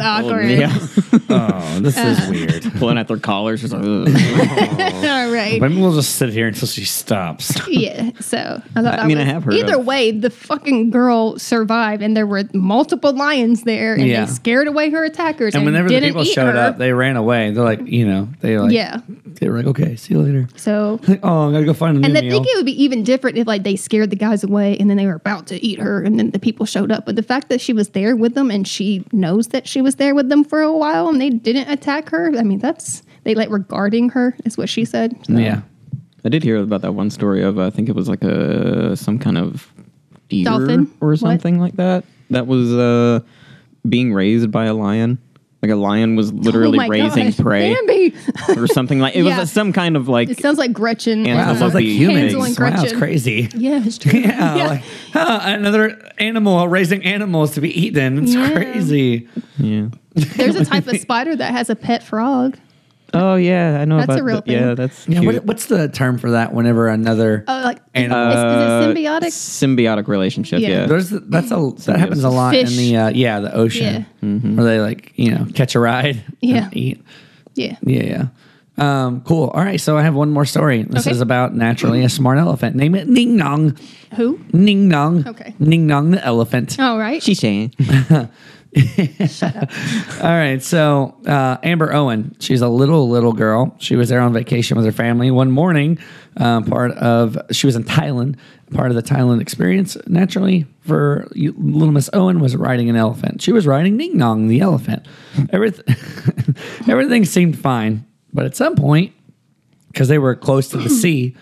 awkward.
Oh, this is
Uh,
weird.
Pulling at their collars. Just like, "Ugh."
All right.
Maybe we'll just sit here until she stops.
Yeah. So I thought that
mean, I
was,
have heard
Either
of-
way, the fucking girl survived, and there were multiple lions there, and
Yeah.
they scared away her attackers.
And whenever the
didn't
people
eat
showed
her.
up, they ran away. They're like, you know, they like,
yeah.
they were like, okay, see you later.
So.
Like, oh, I gotta go find a
And
new
I
meal.
think it would be even different if like they scared the guys away and then they were about to eat her and then the people showed up. But the fact that she was there with them and she knows that she was there with them for a while and they didn't attack her, I mean that's they like were guarding her is what she said. So,
yeah.
I did hear about that one story of I think it was like a some kind of deer
Dolphin?
or
What?
something like that that was uh, being raised by a lion. Like a lion was literally
Oh my
raising
gosh,
prey
Bambi.
or something like it
Yeah.
was some kind of like
It sounds like Gretchen.
Wow,
Wow,
Uh,
it sounds like
Hansel
humans.
and
Wow, it's
Gretchen.
crazy.
Yeah, it's true.
Yeah, like huh, another animal raising animals to be eaten. It's
Yeah.
crazy.
yeah.
There's a type of spider that has a pet frog.
Oh yeah, I know
That's a
about
real
that. Yeah,
thing.
that's
Yeah,
cute.
what, what's the term for that? Whenever another
Oh, like
And,
is, is it
Uh,
symbiotic?
symbiotic relationship.
Yeah.
Yeah.
there's that's a that happens a lot in
Fish.
the uh, yeah the ocean Mm-hmm. where they like you know catch a ride and
Yeah.
eat
Yeah.
yeah yeah um, cool all right so I have one more story this
Okay.
is about naturally a smart elephant name it Ning Nong
Who?
Ning Nong
Okay. Oh,
Ning Nong the elephant
All right.
She's saying
All right. So, uh, Amber Owen, she's a little, little girl. She was there on vacation with her family one morning. Um, part of, she was in Thailand, part of the Thailand experience, naturally, for you- little Miss Owen was riding an elephant. She was riding Ning Nong, the elephant. Everything, everything seemed fine. But at some point, because they were close to the sea,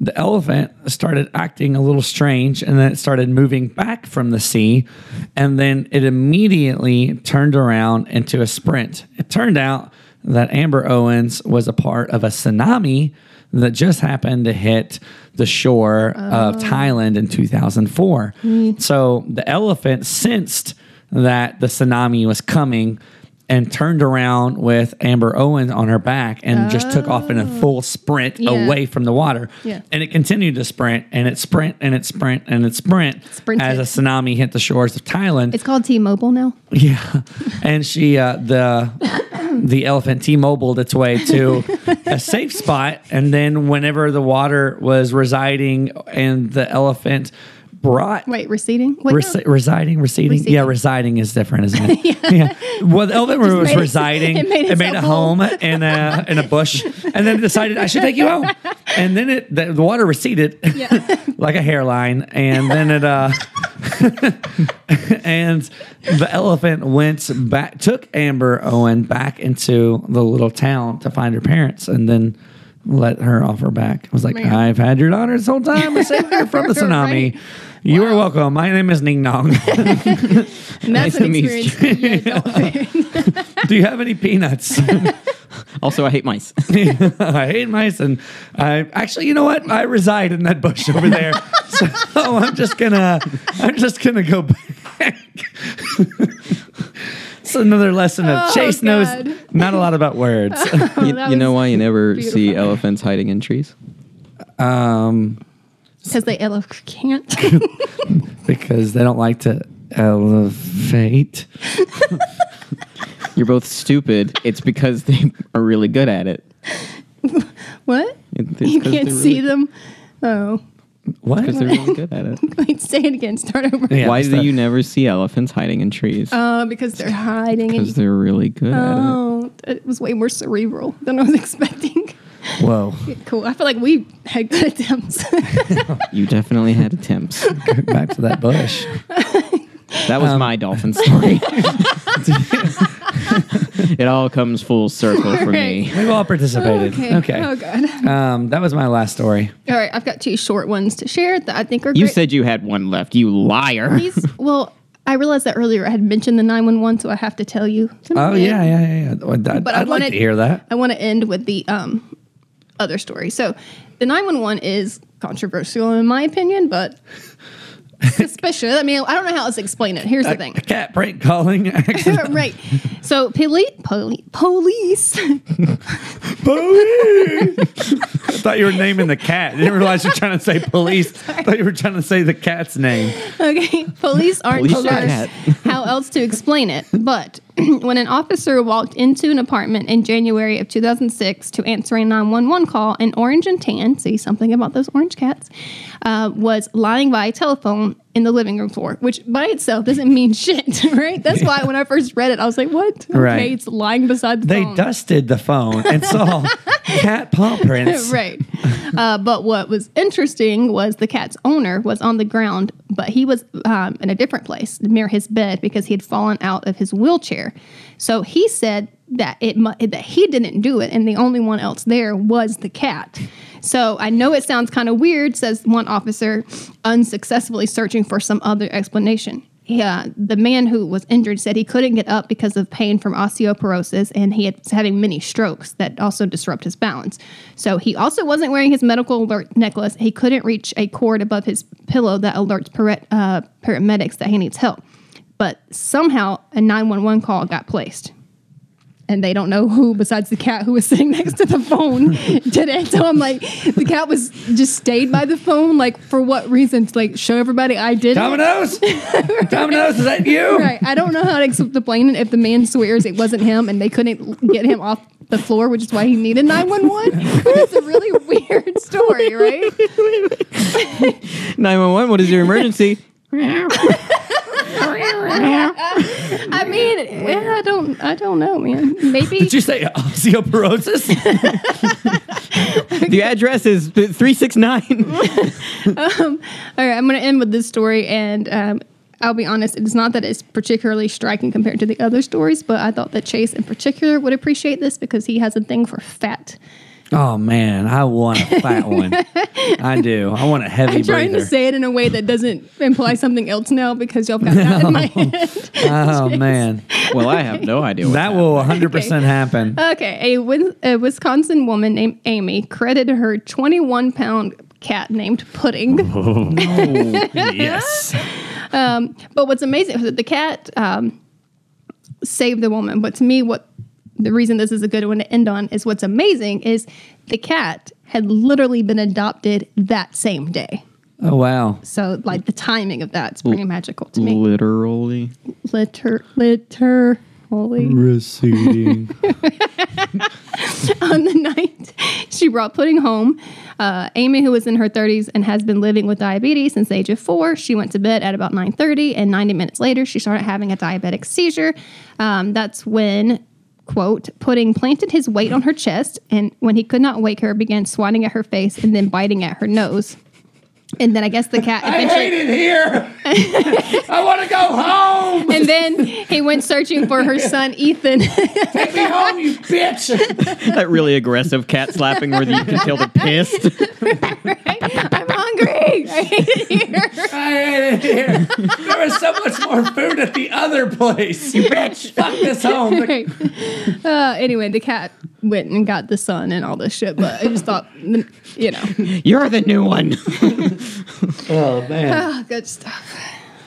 the elephant started acting a little strange and then it started moving back from the sea. And then it immediately turned around into a sprint. It turned out that Amber Owens was a part of a tsunami that just happened to hit the shore of Thailand in 2004. So the elephant sensed that the tsunami was coming and turned around with Amber Owens on her back and just took off in a full sprint
Oh. Yeah.
away from the water.
Yeah.
And it continued to sprint and it sprint and it sprint and it sprint
Sprinted.
as a tsunami hit the shores of Thailand.
It's called T-Mobile now.
Yeah, and she uh, the the elephant T-mobiled its way to a safe spot, and then whenever the water was residing, and the elephant brought.
Wait, receding? Wait, no.
Resi- residing, receding.
Receding.
Yeah, residing is different, isn't it? yeah. Well, the elephant was
made-
residing.
it made
a
itself
home in a in a bush, and then decided I should take you home. And then it the, the water receded like a hairline, and then it uh. and the elephant went back, took Amber Owen back into the little town to find her parents, and then let her off her back. It was like,
Man.
I've had your daughter this whole time. I saved her from the tsunami.
Right.
You are welcome. My name is Ning Nong.
And that's
Nice
an
to meet
experience. to be an adult.
Do you have any peanuts?
Also, I hate mice.
I hate mice, and I actually, you know what? I reside in that bush over there, so I'm just gonna, I'm just gonna go back. it's another lesson of
Oh,
Chase
God.
knows not a lot about words.
you,
Oh, that
you know
was
why you never see
beautiful.
elephants hiding in trees?
um,
Because they elephant can't.
because they don't like to elevate.
You're both stupid. It's because they are really good at it.
what?
It- it's
You
'cause
can't
they're
see
really-
them. Oh,
What?
Because they're really good at it.
wait, say it again. Start over.
Yeah,
Why
it's
do
the-
you never see elephants hiding in trees?
Uh, because they're hiding. and
Because
you-
they're really good at it.
oh, it was way more cerebral than I was expecting.
Whoa,
cool. I feel like we had good attempts.
You definitely had attempts.
back to that bush.
That
Um,
was my dolphin story. it all comes full circle for me.
We've all participated. Okay.
Oh God.
Um, that was my last story.
All right, I've got two short ones to share that I think are
You
great.
said you had one left, you liar.
These- well, I realized that earlier. I had mentioned the nine one one, so I have to tell you.
Oh yeah, yeah, yeah. yeah. I'd, I'd
But I
like
wanted-
to hear that.
I want to end with the um, other story. So, the nine one one is controversial in my opinion, but suspicious. I mean, I don't know how else to explain it. Here's the thing.
A cat prank calling accident.
right. So, poli- poli- police
police. I thought you were naming the cat. I didn't realize you were trying to say police. I thought you were trying to say the cat's name.
Okay, police aren't
Police
sure
cat.
how else to explain it, but when an officer walked into an apartment in January of 2006 to answer a 911 call, an orange and tan, see something about those orange cats, uh, was lying by a telephone in the living room floor, which by itself doesn't mean shit, right? That's why when I first read it, I was like, what?
Right.
Okay, it's lying beside the
They
phone.
dusted the phone and saw cat paw prints.
right. Uh, but what was interesting was the cat's owner was on the ground, but he was um, in a different place near his bed because he had fallen out of his wheelchair. So he said that it mu- that he didn't do it, and the only one else there was the cat. So I know it sounds kind of weird, says one officer, unsuccessfully searching for some other explanation. Yeah, the man who was injured said he couldn't get up because of pain from osteoporosis and he was having many strokes that also disrupt his balance. So he also wasn't wearing his medical alert necklace. He couldn't reach a cord above his pillow that alerts para- uh, paramedics that he needs help. But somehow a 911 call got placed. And they don't know who, besides the cat who was sitting next to the phone, did it. So I'm like, the cat was just stayed by the phone. Like, for what reason? To like show everybody I did it?
Dominoes? Dominoes, is that you?
Right. I don't know how to explain it if the man swears it wasn't him and they couldn't get him off the floor, which is why he needed 911. But it's a really weird story, right?
911, what is your emergency?
I mean, yeah, I don't I don't know, man. Maybe
Did you say osteoporosis?
The address is 369.
All right, I'm going to end with this story and um I'll be honest, it's not that it's particularly striking compared to the other stories, but I thought that Chase in particular would appreciate this because he has a thing for fat.
Oh man, I want a fat one. I do. I want a heavy
I'm trying to
breather.
say it in a way that doesn't imply something else now because y'all got that in my head.
oh man,
Well, I have no idea. What
that will 100 percent happen.
Okay, a, Wis- a Wisconsin woman named Amy credited her 21 pound cat named Pudding.
yes.
but what's amazing was that the cat um, saved the woman. But to me, what the reason this is a good one to end on is what's amazing is the cat had literally been adopted that same day.
Oh wow.
So, like the timing of that's pretty magical to me.
literally.
Litter, litter, holy.
Receding.
on the night she brought pudding home. Uh, Amy, who was in her 30s and has been living with diabetes since the age of four, she went to bed at about 9:30, and 90 minutes later, she started having a diabetic seizure. Um, that's when. Quote, pudding planted his weight on her chest and when he could not wake her, began swatting at her face and then biting at her nose. And then I guess the cat eventually
it here. I want to go home.
and then he went searching for her son Ethan.
Take me home, you bitch.
That really aggressive cat slapping where you can tell they're pissed.
I'm hungry. I hate it here.
I hate it here. There was so much more food at the other place. You bitch. Fuck this home.
Right. Uh, anyway, the cat went and got the sun and all this shit, but I just thought, you know,
You're the new one.
Oh man.
oh, good stuff.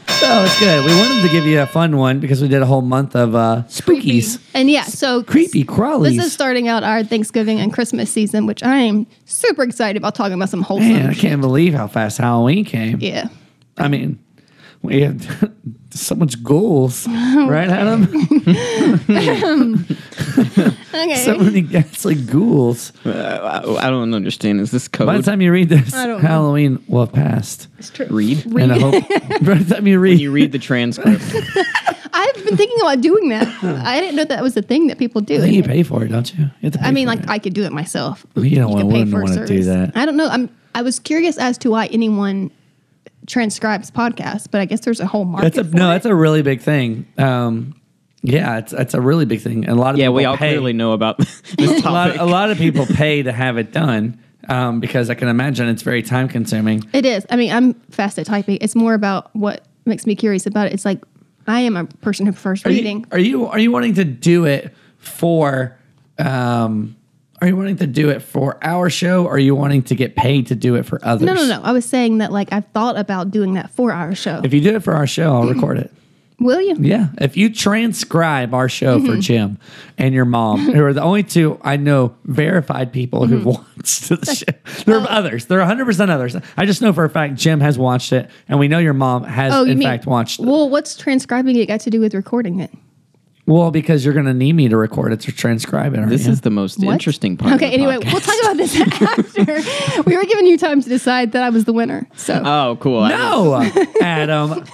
Oh, it's good. We wanted to give you a fun one because we did a whole month of uh, spookies,
And yeah, so
creepy crawlies.
This is starting out our Thanksgiving and Christmas season, which I'm super excited about talking about some wholesome.
Man, I can't believe how fast Halloween came.
Yeah.
I mean, we had so much goals, right, Adam?
Okay.
So many ghastly ghouls.
I don't understand. Is this
By the
code?
time you read this,
I don't know.
Halloween will have passed.
it's true.
Read.
And I hope by the time you read,
You read the transcript.
I've been thinking about doing that. I didn't know that was a thing that people do.
I think you pay for it, don't you? you have to pay
I mean,
for
like
it.
I could do it myself.
Well, you don't wanna-
could pay
wouldn't
for a
wanna do
service.
that.
I don't know. I'm. I was curious as to why anyone transcribes podcasts, but I guess there's a whole market.
that's a
for
no,
it.
that's a really big thing. Um, yeah, it's it's a really big thing, and a lot of
yeah, we
people
all
pay.
clearly know about this
a lot,
topic.
a lot of people pay to have it done um, because I can imagine it's very time consuming.
It is. I mean, I'm fast at typing. It's more about what makes me curious about it. It's like I am a person who prefers
Are
reading.
you, are you are you wanting to do it for? Um, are you wanting to do it for our show? Or are you wanting to get paid to do it for others?
no, no, no. I was saying that like I've thought about doing that for our show.
If you do it for our show, I'll record
Mm-hmm.
it.
Will you?
Yeah. If you transcribe our show
Mm-hmm.
for Jim and your mom, who are the only two I know verified people who've
Mm-hmm.
watched the show. There are others. There are 100% others. I just know for a fact Jim has watched it, and we know your mom has,
Oh, you
in
mean
fact, watched it.
Well, what's transcribing it got to do with recording it?
Well, because you're going to need me to record it to transcribe it. aren't
this
you?
is the most
What?
interesting part.
Okay.
of the
Anyway,
podcast.
we'll talk about this after. we were giving you time to decide that I was the winner. So.
Uh,
Oh, cool. I was-
No, Adam.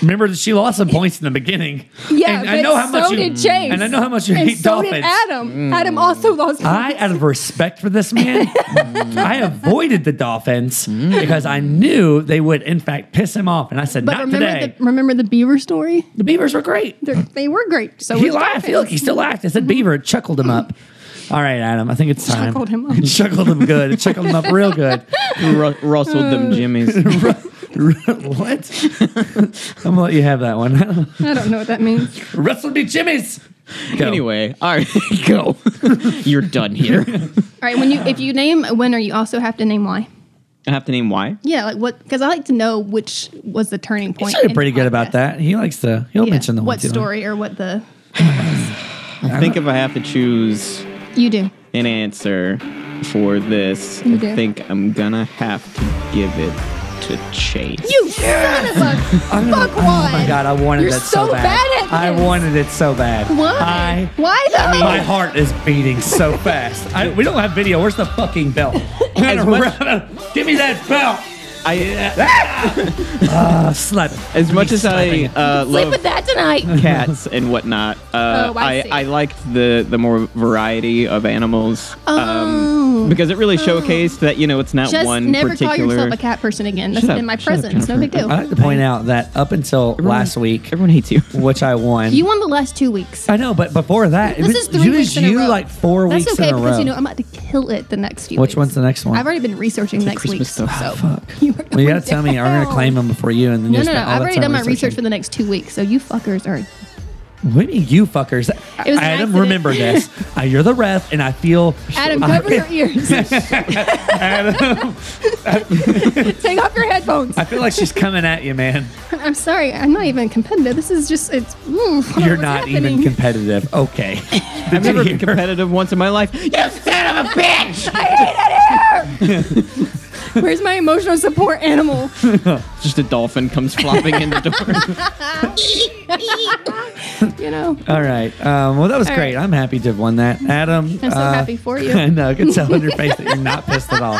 Remember that she lost some points in the beginning.
yeah,
and
but
I know how
so
much you,
did Chase.
And I know how much you
And
hate
so did
dolphins.
Adam. Adam also lost.
I, out of respect for this man, I avoided the dolphins
Mm.
because I knew they would, in fact, piss him off. And I said,
but
"Not
remember
today."
the remember the beaver story?
The, beavers were great.
They're, they were great. So
he
was
laughed. He, look, he still laughed. I said, "Beaver," it chuckled him up. All right, Adam. I think it's time.
Chuckled him up.
It chuckled him good. It chuckled him up real good.
Ru- rustled
Uh,
them jimmies.
what? I'm gonna let you have that one.
I don't know what that means.
Wrestled me, Jimmy's. Go.
Anyway, all right, go. You're done here.
All right, when you if you name a winner, you also have to name why.
I have to name why.
Yeah, like what? Because I like to know which was the turning
He's
point.
actually
in
pretty
the
good
podcast.
about that. He likes to. He'll
Yeah,
mention the
what
ones he likes.
story or what the
I think if I have to choose
you do.
an answer for this, I
do.
think I'm gonna have to give it to Chase.
You son of a fuck
Oh my
one.
god, I wanted
You're
that so,
so
bad.
bad at
I
this.
wanted it so bad.
Why?
I,
Why though?
my heart is beating so fast. I, we don't have video. Where's the fucking belt?
As much-
Give me that belt.
I,
Uh, slap it.
as much as I uh,
Sleep
love
with that tonight.
cats and whatnot, uh,
Oh, I see.
Um,
I, I liked the the more variety of animals.
Oh.
because it really showcased that you know it's not
Just
one
never
particular.
call yourself a cat person again. That's
Shut up,
in my
shut up,
presence. No big
Jennifer.
deal.
I like to point out that up until last week,
Everyone hates you.
which I won.
You won the last two weeks.
I know, Uh, but before that,
This
it
is
was-
three
you,
weeks in a
you
row.
like four
That's
weeks
okay
in a
because
row.
you know I'm about to kill it the next few.
Which
weeks.
one's the next one?
I've already been researching next
Christmas
week. So
stuff.
you are
well, you
going
gotta tell me. I'm gonna
down.
claim them before you, and then
No,
you
no, no.
spend all
I've
that
already
time
done my
researching.
research for the next two weeks. So you fuckers are.
What do you mean, you fuckers?
It was
Adam,
an accident.
remember this. Uh, you're the ref, and I feel.
Adam,
I-
cover your ears. Take off your headphones.
I feel like she's coming at you, man.
I'm sorry. I'm not even competitive. This is just, it's. Ooh, I don't know
You're
what's
not even
happening.
competitive. Okay.
I've never been competitive once in my life. Yes.
I hate it here. Where's my emotional support animal?
Just a dolphin comes flopping in the door.
You know.
All right. Um, well, that was
All
great.
right.
I'm happy to have won that, Adam. uh,
I'm so happy for you.
I know. I could tell on your face that you're not pissed at all.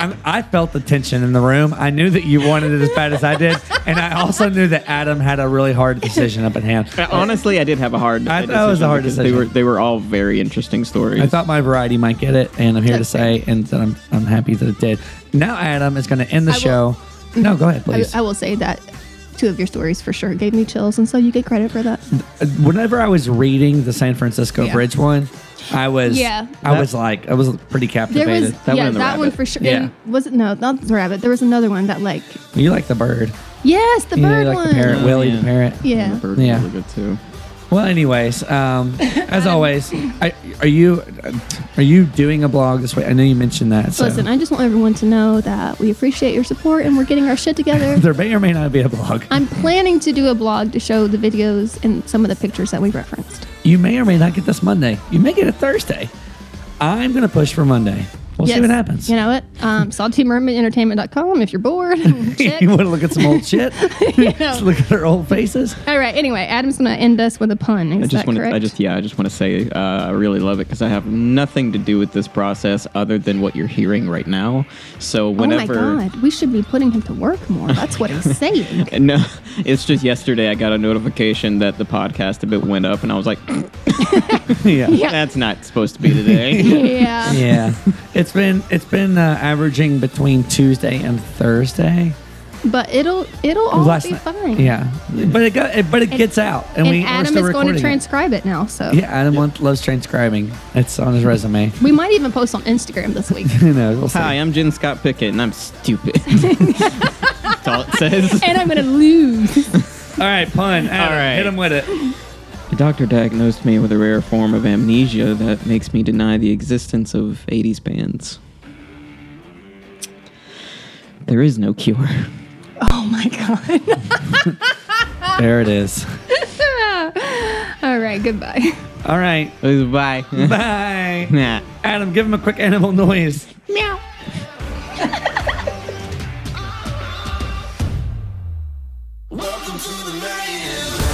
I'm, I felt the tension in the room. I knew that you wanted it as bad as I did, and I also knew that Adam had a really hard decision up at hand.
Honestly, I did have a hard.
I thought it was a hard
because They
decision.
were they were all very interesting stories.
I thought my variety might get it, and I'm here to say, and that I'm I'm happy that it did. Now Adam is going to end the
I will-
show. No, go ahead,
I,
please.
I will say that two of your stories for sure gave me chills. And so you get credit for that.
Whenever I was reading the San Francisco
Yeah.
Bridge one, I was
Yeah.
I was like I was pretty
There
captivated.
was,
That one
yeah,
and the
that one
rabbit.
for sure.
Yeah.
And was it, no, not the rabbit. There was another one that, like,
you like the bird,
yes, the
you
bird
like
one.
the parrot,
Oh,
Willie
yeah.
the parrot.
And
Yeah.
the bird was
Yeah.
really good too.
Well, anyways, um, as always, I, are you are you doing a blog this way? I know you mentioned that. So.
Listen, I just want everyone to know that we appreciate your support and we're getting our shit together.
there may or may not be a blog.
I'm planning to do a blog to show the videos and some of the pictures that we referenced.
You may or may not get this Monday. You may get it Thursday. I'm gonna push for Monday. We'll see what happens.
You know what? Um, SaltyMermaidEntertainment.com if you're bored. Check.
you want to look at some old shit? Just look at our old faces.
All right. Anyway, Adam's going to end us with a pun. Is
I just
that
want to.
correct?
I just yeah. I just want to say uh, I really love it because I have nothing to do with this process other than what you're hearing right now. So whenever.
oh my God. We should be putting him to work more. That's what he's saying.
No, it's just yesterday I got a notification that the podcast a bit went up, and I was like,
yeah.
Yeah.
"That's not supposed to be today."
Yeah.
Yeah. It's been it's been uh, averaging between Tuesday and Thursday.
But it'll it'll all
Last
be
night.
fine.
Yeah. But it got it, but it gets out and,
And
we we're
Adam
still
is going
recording
to
it.
transcribe it now. So
Yeah, Adam want- loves transcribing. It's on his resume.
we might even post on Instagram this week.
Who knows? We'll see.
Hi, I'm Jen Scott Pickett, and I'm stupid. That's all it says.
and I'm going to lose.
All right, pun. Adam,
All right.
Hit him with it.
A doctor diagnosed me with a rare form of amnesia that makes me deny the existence of 80s bands. There is no cure.
Oh my God.
There it is.
All right. Goodbye.
All right.
Bye.
Bye.
nah.
Adam, give him a quick animal noise.
Meow.
Welcome to the land.